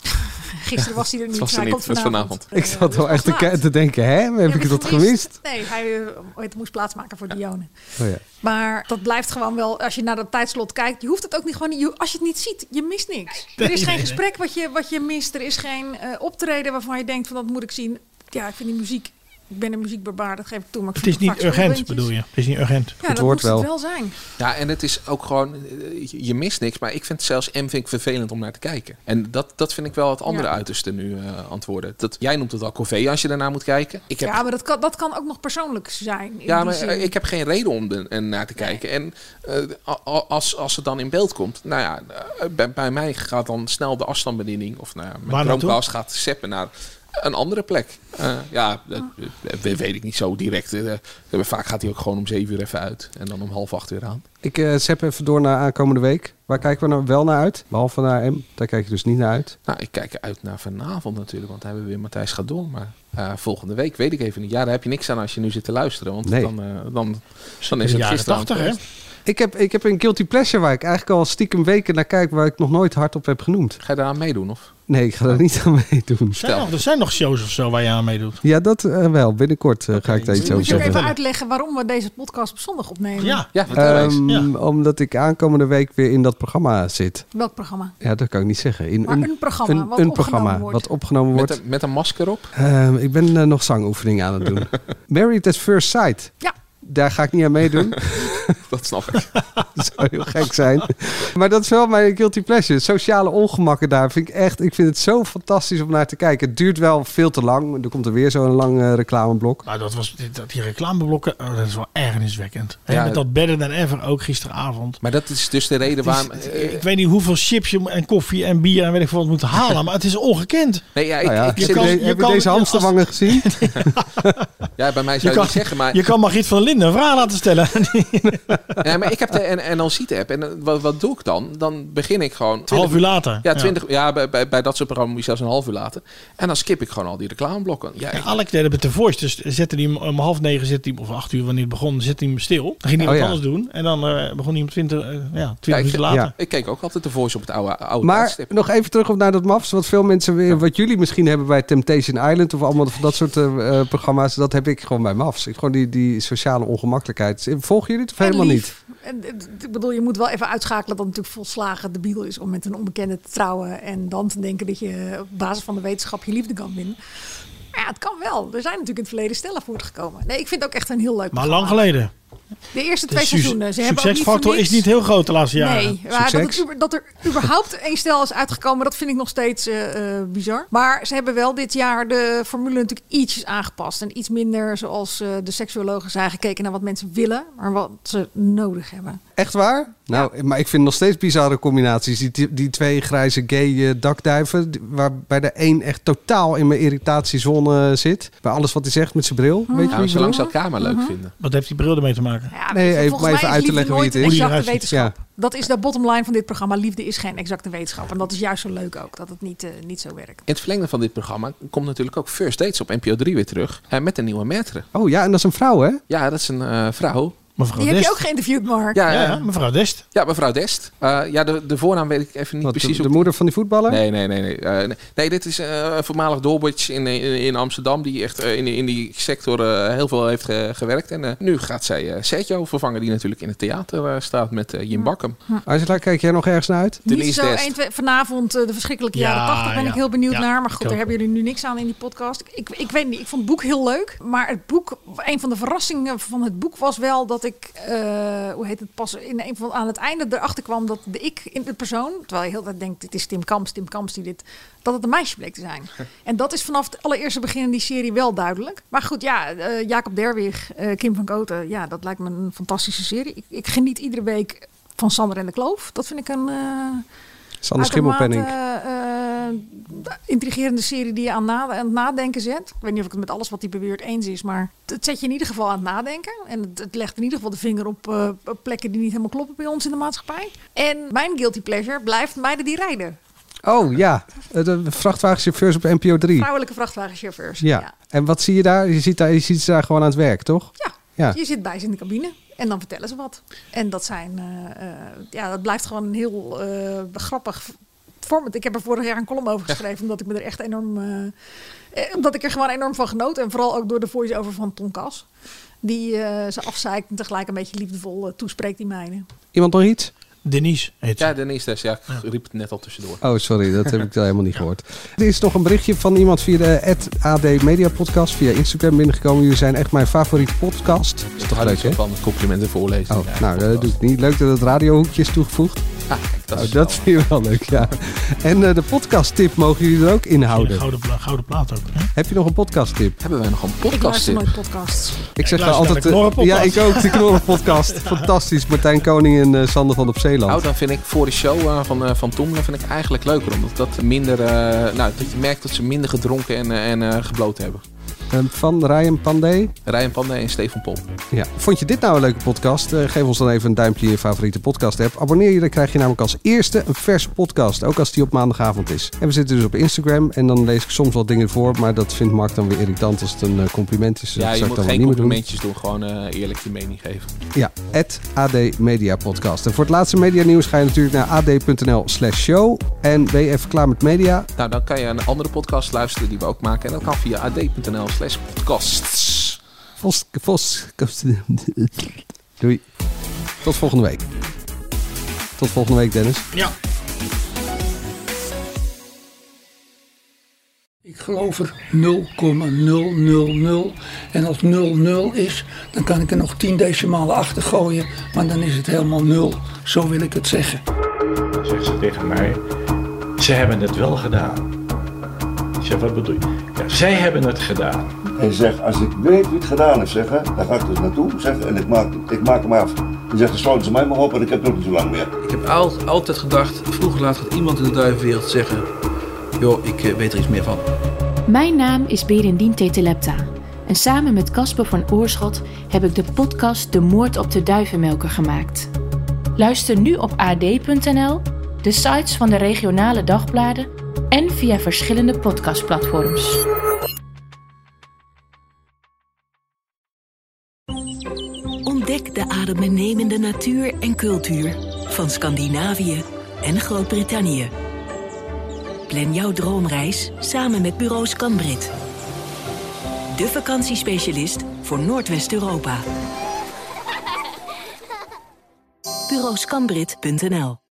Speaker 6: Gisteren was hij er
Speaker 3: Het
Speaker 6: niet.
Speaker 3: was er
Speaker 6: hij
Speaker 3: niet,
Speaker 6: komt
Speaker 3: het was
Speaker 6: vanavond. Eh,
Speaker 3: vanavond.
Speaker 4: Ik zat wel echt te,
Speaker 6: laat.
Speaker 4: ke- te denken, hè? Heb ik dat gemist?
Speaker 6: Nee, hij eh, het moest plaatsmaken voor Dione.
Speaker 4: Oh ja.
Speaker 6: Maar dat blijft gewoon wel, als je naar dat tijdslot kijkt, je hoeft het ook niet gewoon, je- als je het niet ziet, je mist niks. Er is
Speaker 5: nee,
Speaker 6: geen
Speaker 5: nee.
Speaker 6: gesprek wat je, wat je mist, er is geen eh, optreden waarvan je denkt van dat moet ik zien. Ja, ik vind die muziek, ik ben een muziekbarbaar, dat geef ik toe. Maar ik
Speaker 5: Het
Speaker 6: vind
Speaker 5: is niet
Speaker 6: vaak schoolbandjes.
Speaker 5: urgent, bedoel je? Het is niet urgent.
Speaker 6: Ja, dat moest het wel zijn.
Speaker 3: Ja, en het is ook gewoon, eh, je- je mist niks, maar ik vind zelfs M vind ik vervelend om naar te kijken. En dat, dat vind ik wel het andere
Speaker 6: Ja.
Speaker 3: uiterste nu eh, antwoorden. Dat, jij noemt het al corvée als je daarnaar moet kijken. Ik heb,
Speaker 6: Ja, maar dat kan, dat kan ook nog persoonlijk zijn. in
Speaker 3: ja,
Speaker 6: die
Speaker 3: maar
Speaker 6: zin.
Speaker 3: eh, ik heb geen reden om er eh, naar te kijken. En eh, a- a- als, als het dan in beeld komt, nou ja, eh, bij, bij mij gaat dan snel de afstandsbediening of nou ja, mijn
Speaker 5: Waar naartoe?
Speaker 3: Chromecast gaat seppen naar eh, een andere plek. Eh, ja,
Speaker 6: Oh.
Speaker 3: dat eh, weet ik niet zo direct. Eh, eh, vaak gaat hij ook gewoon om zeven uur even uit. En dan om half acht weer aan.
Speaker 4: Ik eh zep even door naar aankomende week. Waar kijken we nou wel naar uit? Behalve naar M. Daar kijk je dus niet naar uit.
Speaker 3: Nou, ik kijk uit naar vanavond natuurlijk, want dan hebben we weer Matthijs Gadon. Maar eh, volgende week weet ik even niet. Ja, daar heb je niks aan als je nu zit te luisteren. Want
Speaker 4: Nee.
Speaker 3: dan, eh, dan, dan
Speaker 4: de
Speaker 3: is het
Speaker 4: jaren
Speaker 3: gisteren
Speaker 4: 80, hè?
Speaker 3: geweest.
Speaker 4: Ik heb, ik heb een guilty pleasure waar ik eigenlijk al stiekem weken naar kijk... waar ik nog nooit hardop heb genoemd.
Speaker 3: Ga je daaraan meedoen, of?
Speaker 4: Nee, ik ga daar niet aan meedoen.
Speaker 5: Zijn nog, er zijn nog shows of zo waar je aan meedoet.
Speaker 4: Ja, dat eh, wel. Binnenkort eh, ga ik daar iets
Speaker 6: Moet
Speaker 4: over
Speaker 6: je ook even
Speaker 4: zeggen.
Speaker 6: uitleggen waarom we deze podcast op zondag opnemen?
Speaker 4: Ehm, Omdat ik aankomende week weer in dat programma zit.
Speaker 6: Welk programma?
Speaker 4: Ja, dat kan ik niet zeggen. In
Speaker 6: Maar een programma wat opgenomen wordt.
Speaker 4: wat opgenomen wordt.
Speaker 3: Met een, met een masker op?
Speaker 4: Ehm, ik ben eh, nog zangoefeningen aan het doen. Married at First Sight.
Speaker 6: Ja.
Speaker 4: Daar ga ik niet aan meedoen.
Speaker 3: Dat snap ik.
Speaker 4: dat zou heel gek zijn. Maar dat is wel mijn guilty pleasure. Sociale ongemakken daar vind ik echt... Ik vind het zo fantastisch om naar te kijken. Het duurt wel veel te lang. Er komt er weer zo'n lang eh, reclameblok.
Speaker 5: Nou, dat was, dit- dat, die reclameblokken, oh, dat is wel ergerniswekkend. Hè,
Speaker 3: Ja.
Speaker 5: met dat Better Than Ever ook gisteravond.
Speaker 3: Maar dat is dus de reden
Speaker 5: Het is-
Speaker 3: waarom...
Speaker 5: het-
Speaker 3: eh,
Speaker 5: ik weet niet hoeveel chips je en koffie en bier en weet ik veel wat moet halen, maar het is ongekend.
Speaker 3: Nee, ja, ik,
Speaker 4: Nou ja,
Speaker 3: ik
Speaker 5: je
Speaker 3: zit-
Speaker 5: kan-
Speaker 4: Heb
Speaker 5: je
Speaker 4: je hebben
Speaker 5: kan-
Speaker 4: deze hamsterwangen gezien?
Speaker 3: ja, bij mij zou je,
Speaker 5: kan-
Speaker 3: niet zeggen, maar...
Speaker 5: Je kan Margriet van Linden een vraag laten stellen.
Speaker 3: Ja, maar ik heb de en, en ziet app en eh, wat, wat doe ik dan? Dan begin ik gewoon...
Speaker 5: Half uur later.
Speaker 3: Ja, 20, ja. bij, bij, bij dat soort programma's moet je zelfs een half uur laten. En dan skip ik gewoon al die reclameblokken. Ja, ik-
Speaker 5: Ja, Alec deed het met de voice, dus zette hij hem om half negen, zette hij hem, of acht uur wanneer het begon, zette hij hem stil. Dan ging hij
Speaker 4: Oh,
Speaker 5: wat
Speaker 4: ja.
Speaker 5: anders doen en dan eh, begon hij om twintig, eh, ja, twintig
Speaker 3: ja, ik,
Speaker 5: minuten later.
Speaker 4: ja.
Speaker 3: ik keek ook altijd de voice op het oude, oude
Speaker 4: Maar
Speaker 3: tijdstip.
Speaker 4: nog even terug op naar dat MAFS. Wat veel mensen weer, wat jullie misschien hebben bij Temptation Island of allemaal van dat soort eh, eh, programma's, dat heb ik gewoon bij MAFS. Ik, gewoon die, die sociale ongemakkelijkheid. Eh, Volgen jullie het of
Speaker 6: En
Speaker 4: helemaal niet?
Speaker 6: lief. En, eh, ik bedoel, je moet wel even uitschakelen dat het natuurlijk volslagen debiel is om met een onbekende te trouwen. En dan te denken dat je op basis van de wetenschap je liefde kan winnen. Maar ja, het kan wel. Er zijn natuurlijk in het verleden stellen voortgekomen. Nee, ik vind het ook echt een heel leuk
Speaker 5: Maar
Speaker 6: programma.
Speaker 5: lang geleden.
Speaker 6: De eerste
Speaker 5: De
Speaker 6: twee
Speaker 5: suc-
Speaker 6: seizoenen. Ze hebben ook niet voor
Speaker 5: succesfactor
Speaker 6: niks-
Speaker 5: is niet heel groot de laatste jaren.
Speaker 6: Nee, maar dat,
Speaker 5: Succes.
Speaker 6: het, uber- dat er überhaupt één stel is uitgekomen, dat vind ik nog steeds eh, eh, bizar. Maar ze hebben wel dit jaar de formule natuurlijk ietsjes aangepast. En iets minder zoals eh, de seksuologen zijn gekeken naar wat mensen willen, maar wat ze nodig hebben.
Speaker 4: Echt waar? Nou, maar ik vind nog steeds bizarre combinaties. Die- Die, die twee grijze gay eh, dakduiven, die- waarbij de één echt totaal in mijn irritatiezone zit. Bij alles wat hij zegt met zijn bril. Weet je
Speaker 3: Ja,
Speaker 4: wie ik
Speaker 3: zolang ze
Speaker 4: bedoel?
Speaker 3: elkaar maar leuk vinden.
Speaker 5: Wat heeft die bril ermee te maken?
Speaker 6: Ja,
Speaker 4: Nee, even- maar
Speaker 6: volgens mij
Speaker 4: even uit
Speaker 6: is
Speaker 4: te
Speaker 6: liefde
Speaker 4: leggen hoe
Speaker 6: nooit
Speaker 4: het
Speaker 6: een
Speaker 4: is.
Speaker 6: exacte
Speaker 5: Hoe die eruit ziet,
Speaker 6: wetenschap. Dat is de bottom line van dit programma. Liefde is geen exacte wetenschap. En dat is juist zo leuk ook, dat het niet, eh, niet zo werkt.
Speaker 3: In het verlengde van dit programma komt natuurlijk ook First Dates op NPO 3 weer terug. eh, met een nieuwe maître.
Speaker 4: Oh ja, en dat is een vrouw, hè?
Speaker 3: Ja, dat is een eh, vrouw.
Speaker 5: Mevrouw
Speaker 6: Die heb je ook
Speaker 5: Dest.
Speaker 6: geïnterviewd, Mark.
Speaker 3: Ja,
Speaker 5: Ja,
Speaker 3: eh,
Speaker 5: ja, mevrouw Dest.
Speaker 3: ja, mevrouw Dest. Eh, ja, de, de voornaam weet ik even niet
Speaker 4: Wat,
Speaker 3: precies.
Speaker 4: de,
Speaker 3: hoe-
Speaker 4: de moeder van die voetballer?
Speaker 3: Nee, nee, nee. Nee, Eh, nee. nee dit is eh, een voormalig Dolbotch in, eh, in, in Amsterdam. Die echt eh, in, die- in die sector eh, heel veel heeft ge- gewerkt. En eh, nu gaat zij eh Sergio vervangen. Die natuurlijk in het theater eh, staat met eh, Jim Bakkum.
Speaker 4: Angela, kijk jij nog ergens naar uit?
Speaker 6: Niet
Speaker 3: Denise
Speaker 6: zo
Speaker 3: Dest.
Speaker 6: 1, 2, vanavond eh, de verschrikkelijke
Speaker 5: Ja,
Speaker 6: jaren 80 ben
Speaker 5: ja.
Speaker 6: ik heel benieuwd
Speaker 5: Ja,
Speaker 6: naar. Maar
Speaker 5: ik
Speaker 6: goed,
Speaker 5: ook.
Speaker 6: daar hebben jullie nu niks aan in die podcast. Ik, ik weet niet, ik vond het boek heel leuk. Maar het boek, een van de verrassingen van het boek was wel dat ik, eh, hoe heet het, pas in een van, aan het einde erachter kwam dat de ik in de persoon, terwijl je heel de tijd denkt, dit is Tim Kamps, Tim Kamps die dit, dat het een meisje bleek te zijn. en dat is vanaf het allereerste begin in die serie wel duidelijk. Maar goed, ja, eh, Jacob Derwig, eh, Kim van Koten, ja, dat lijkt me een fantastische serie. Ik, ik geniet iedere week van Sander en de Kloof. Dat vind ik een... eh,
Speaker 4: Sander Schimmelpenning.
Speaker 6: Uitermate, eh, eh, intrigerende serie die je aan, na- aan het nadenken zet. Ik weet niet of ik het met alles wat hij beweert eens is, maar het- het zet je in ieder geval aan het nadenken. En het, het legt in ieder geval de vinger op eh, op plekken die niet helemaal kloppen bij ons in de maatschappij. En mijn guilty pleasure blijft meiden die rijden.
Speaker 4: Oh ja, Eh, de vrachtwagenchauffeurs op NPO 3.
Speaker 6: Vrouwelijke vrachtwagenchauffeurs.
Speaker 4: Ja. En wat zie je daar? Je ziet, daar, je ziet ze daar gewoon aan het werk, toch?
Speaker 6: Ja.
Speaker 4: Ja.
Speaker 6: Je zit bij ze in de cabine en dan vertellen ze wat. En dat zijn, eh, eh, ja, dat blijft gewoon een heel eh, grappig format. Ik heb er vorig jaar een column over geschreven, omdat ik me er echt enorm, eh, eh, omdat ik er gewoon enorm van genoot. En vooral ook door de voice-over van Ton Kas. Die eh, ze afzeikt en tegelijk een beetje liefdevol eh, toespreekt die meiden.
Speaker 4: Iemand nog iets?
Speaker 5: Denise heet ze.
Speaker 3: Ja, Denise Dest. Ja, ik riep het net al tussendoor.
Speaker 4: Oh, sorry, dat heb ik daar helemaal niet gehoord. Er is nog een berichtje van iemand via de eh, AD Media Podcast, via Instagram binnengekomen. Jullie zijn echt mijn favoriete podcast. Is toch leuk, hè?
Speaker 3: Van complimenten voorlezen.
Speaker 4: Oh,
Speaker 3: Ja,
Speaker 4: nou,
Speaker 3: podcast.
Speaker 4: dat doe ik niet. Leuk dat het radiohoekje is toegevoegd.
Speaker 3: Ah,
Speaker 4: dat, oh, dat vind je wel leuk, ja. En eh, de podcasttip mogen jullie er ook
Speaker 5: Gouden,
Speaker 4: inhouden.
Speaker 5: gouden, pla- gouden plaat ook. Hè?
Speaker 4: Heb je nog een podcasttip?
Speaker 3: Hebben wij nog een
Speaker 6: Ik luister
Speaker 3: podcasttip?
Speaker 6: nooit podcasts.
Speaker 4: Ik zeg
Speaker 5: Ik luister
Speaker 4: wel altijd...
Speaker 5: naar de
Speaker 4: eh, ja, ik
Speaker 5: Knorren-podcast.
Speaker 4: ook. De Knorren-podcast. Fantastisch. Martijn Koning en eh, Sander van op Zeeland.
Speaker 3: Nou, dan vind ik voor de show eh, van, eh van Tom, dan vind ik eigenlijk leuker. Omdat dat minder, eh, nou, dat je merkt dat ze minder gedronken en, eh, en eh, gebloten hebben.
Speaker 4: Eh, van Ryan Pandey.
Speaker 3: Ryan Pandey en Stefan Pol.
Speaker 4: Ja. Vond je dit nou een leuke podcast? Eh, geef ons dan even een duimpje in je favoriete podcast app. Abonneer je, dan krijg je namelijk als eerste een verse podcast. Ook als die op maandagavond is. En we zitten dus op Instagram. En dan lees ik soms wel dingen voor. Maar dat vindt Mark dan weer irritant als het een eh, compliment is.
Speaker 3: ja,
Speaker 4: dat
Speaker 3: je
Speaker 4: zou
Speaker 3: moet
Speaker 4: ik dan wel
Speaker 3: geen
Speaker 4: niet meer doen.
Speaker 3: complimentjes doen. Gewoon eh, eerlijk je mening geven.
Speaker 4: Ja, het AD Media Podcast. En voor het laatste media nieuws ga je natuurlijk naar ad.nl slash show. En ben je even klaar met media?
Speaker 3: Nou, dan kan je een andere podcast luisteren die we ook maken. En dat kan via ad.nl slash podcasts.
Speaker 4: Vos, vos, doei. Tot volgende week. Tot volgende week, Dennis.
Speaker 5: Ja.
Speaker 11: Ik geloof er 0,000. En als 00 is, dan kan ik er nog 10 decimalen achter gooien. Maar dan is het helemaal 0. Zo wil ik het zeggen.
Speaker 12: Dan zegt ze tegen mij, ze hebben het wel gedaan. Ik zeg, wat bedoel je? Ja, zij hebben het gedaan.
Speaker 13: En zeg, als ik weet wie het gedaan heeft, zeg, hè, dan ga ik dus naartoe zeg, en ik maak, ik maak hem af. Dan zegt, dan sluiten ze mij maar op en ik heb het ook niet zo lang meer.
Speaker 14: Ik heb al, altijd gedacht, vroeg of laat gaat iemand in de duivenwereld zeggen... joh, ik eh, weet er iets meer van.
Speaker 15: Mijn naam is Berendien Tetelepta. En samen met Casper van Oorschot heb ik de podcast De Moord op de Duivenmelker gemaakt. Luister nu op ad.nl, de sites van de regionale dagbladen en via verschillende podcastplatforms.
Speaker 1: Ontdek de adembenemende natuur en cultuur van Scandinavië en Groot-Brittannië. Plan jouw droomreis samen met bureau Scanbrit. De vakantiespecialist voor Noordwest-Europa. bureauscanbrit.nl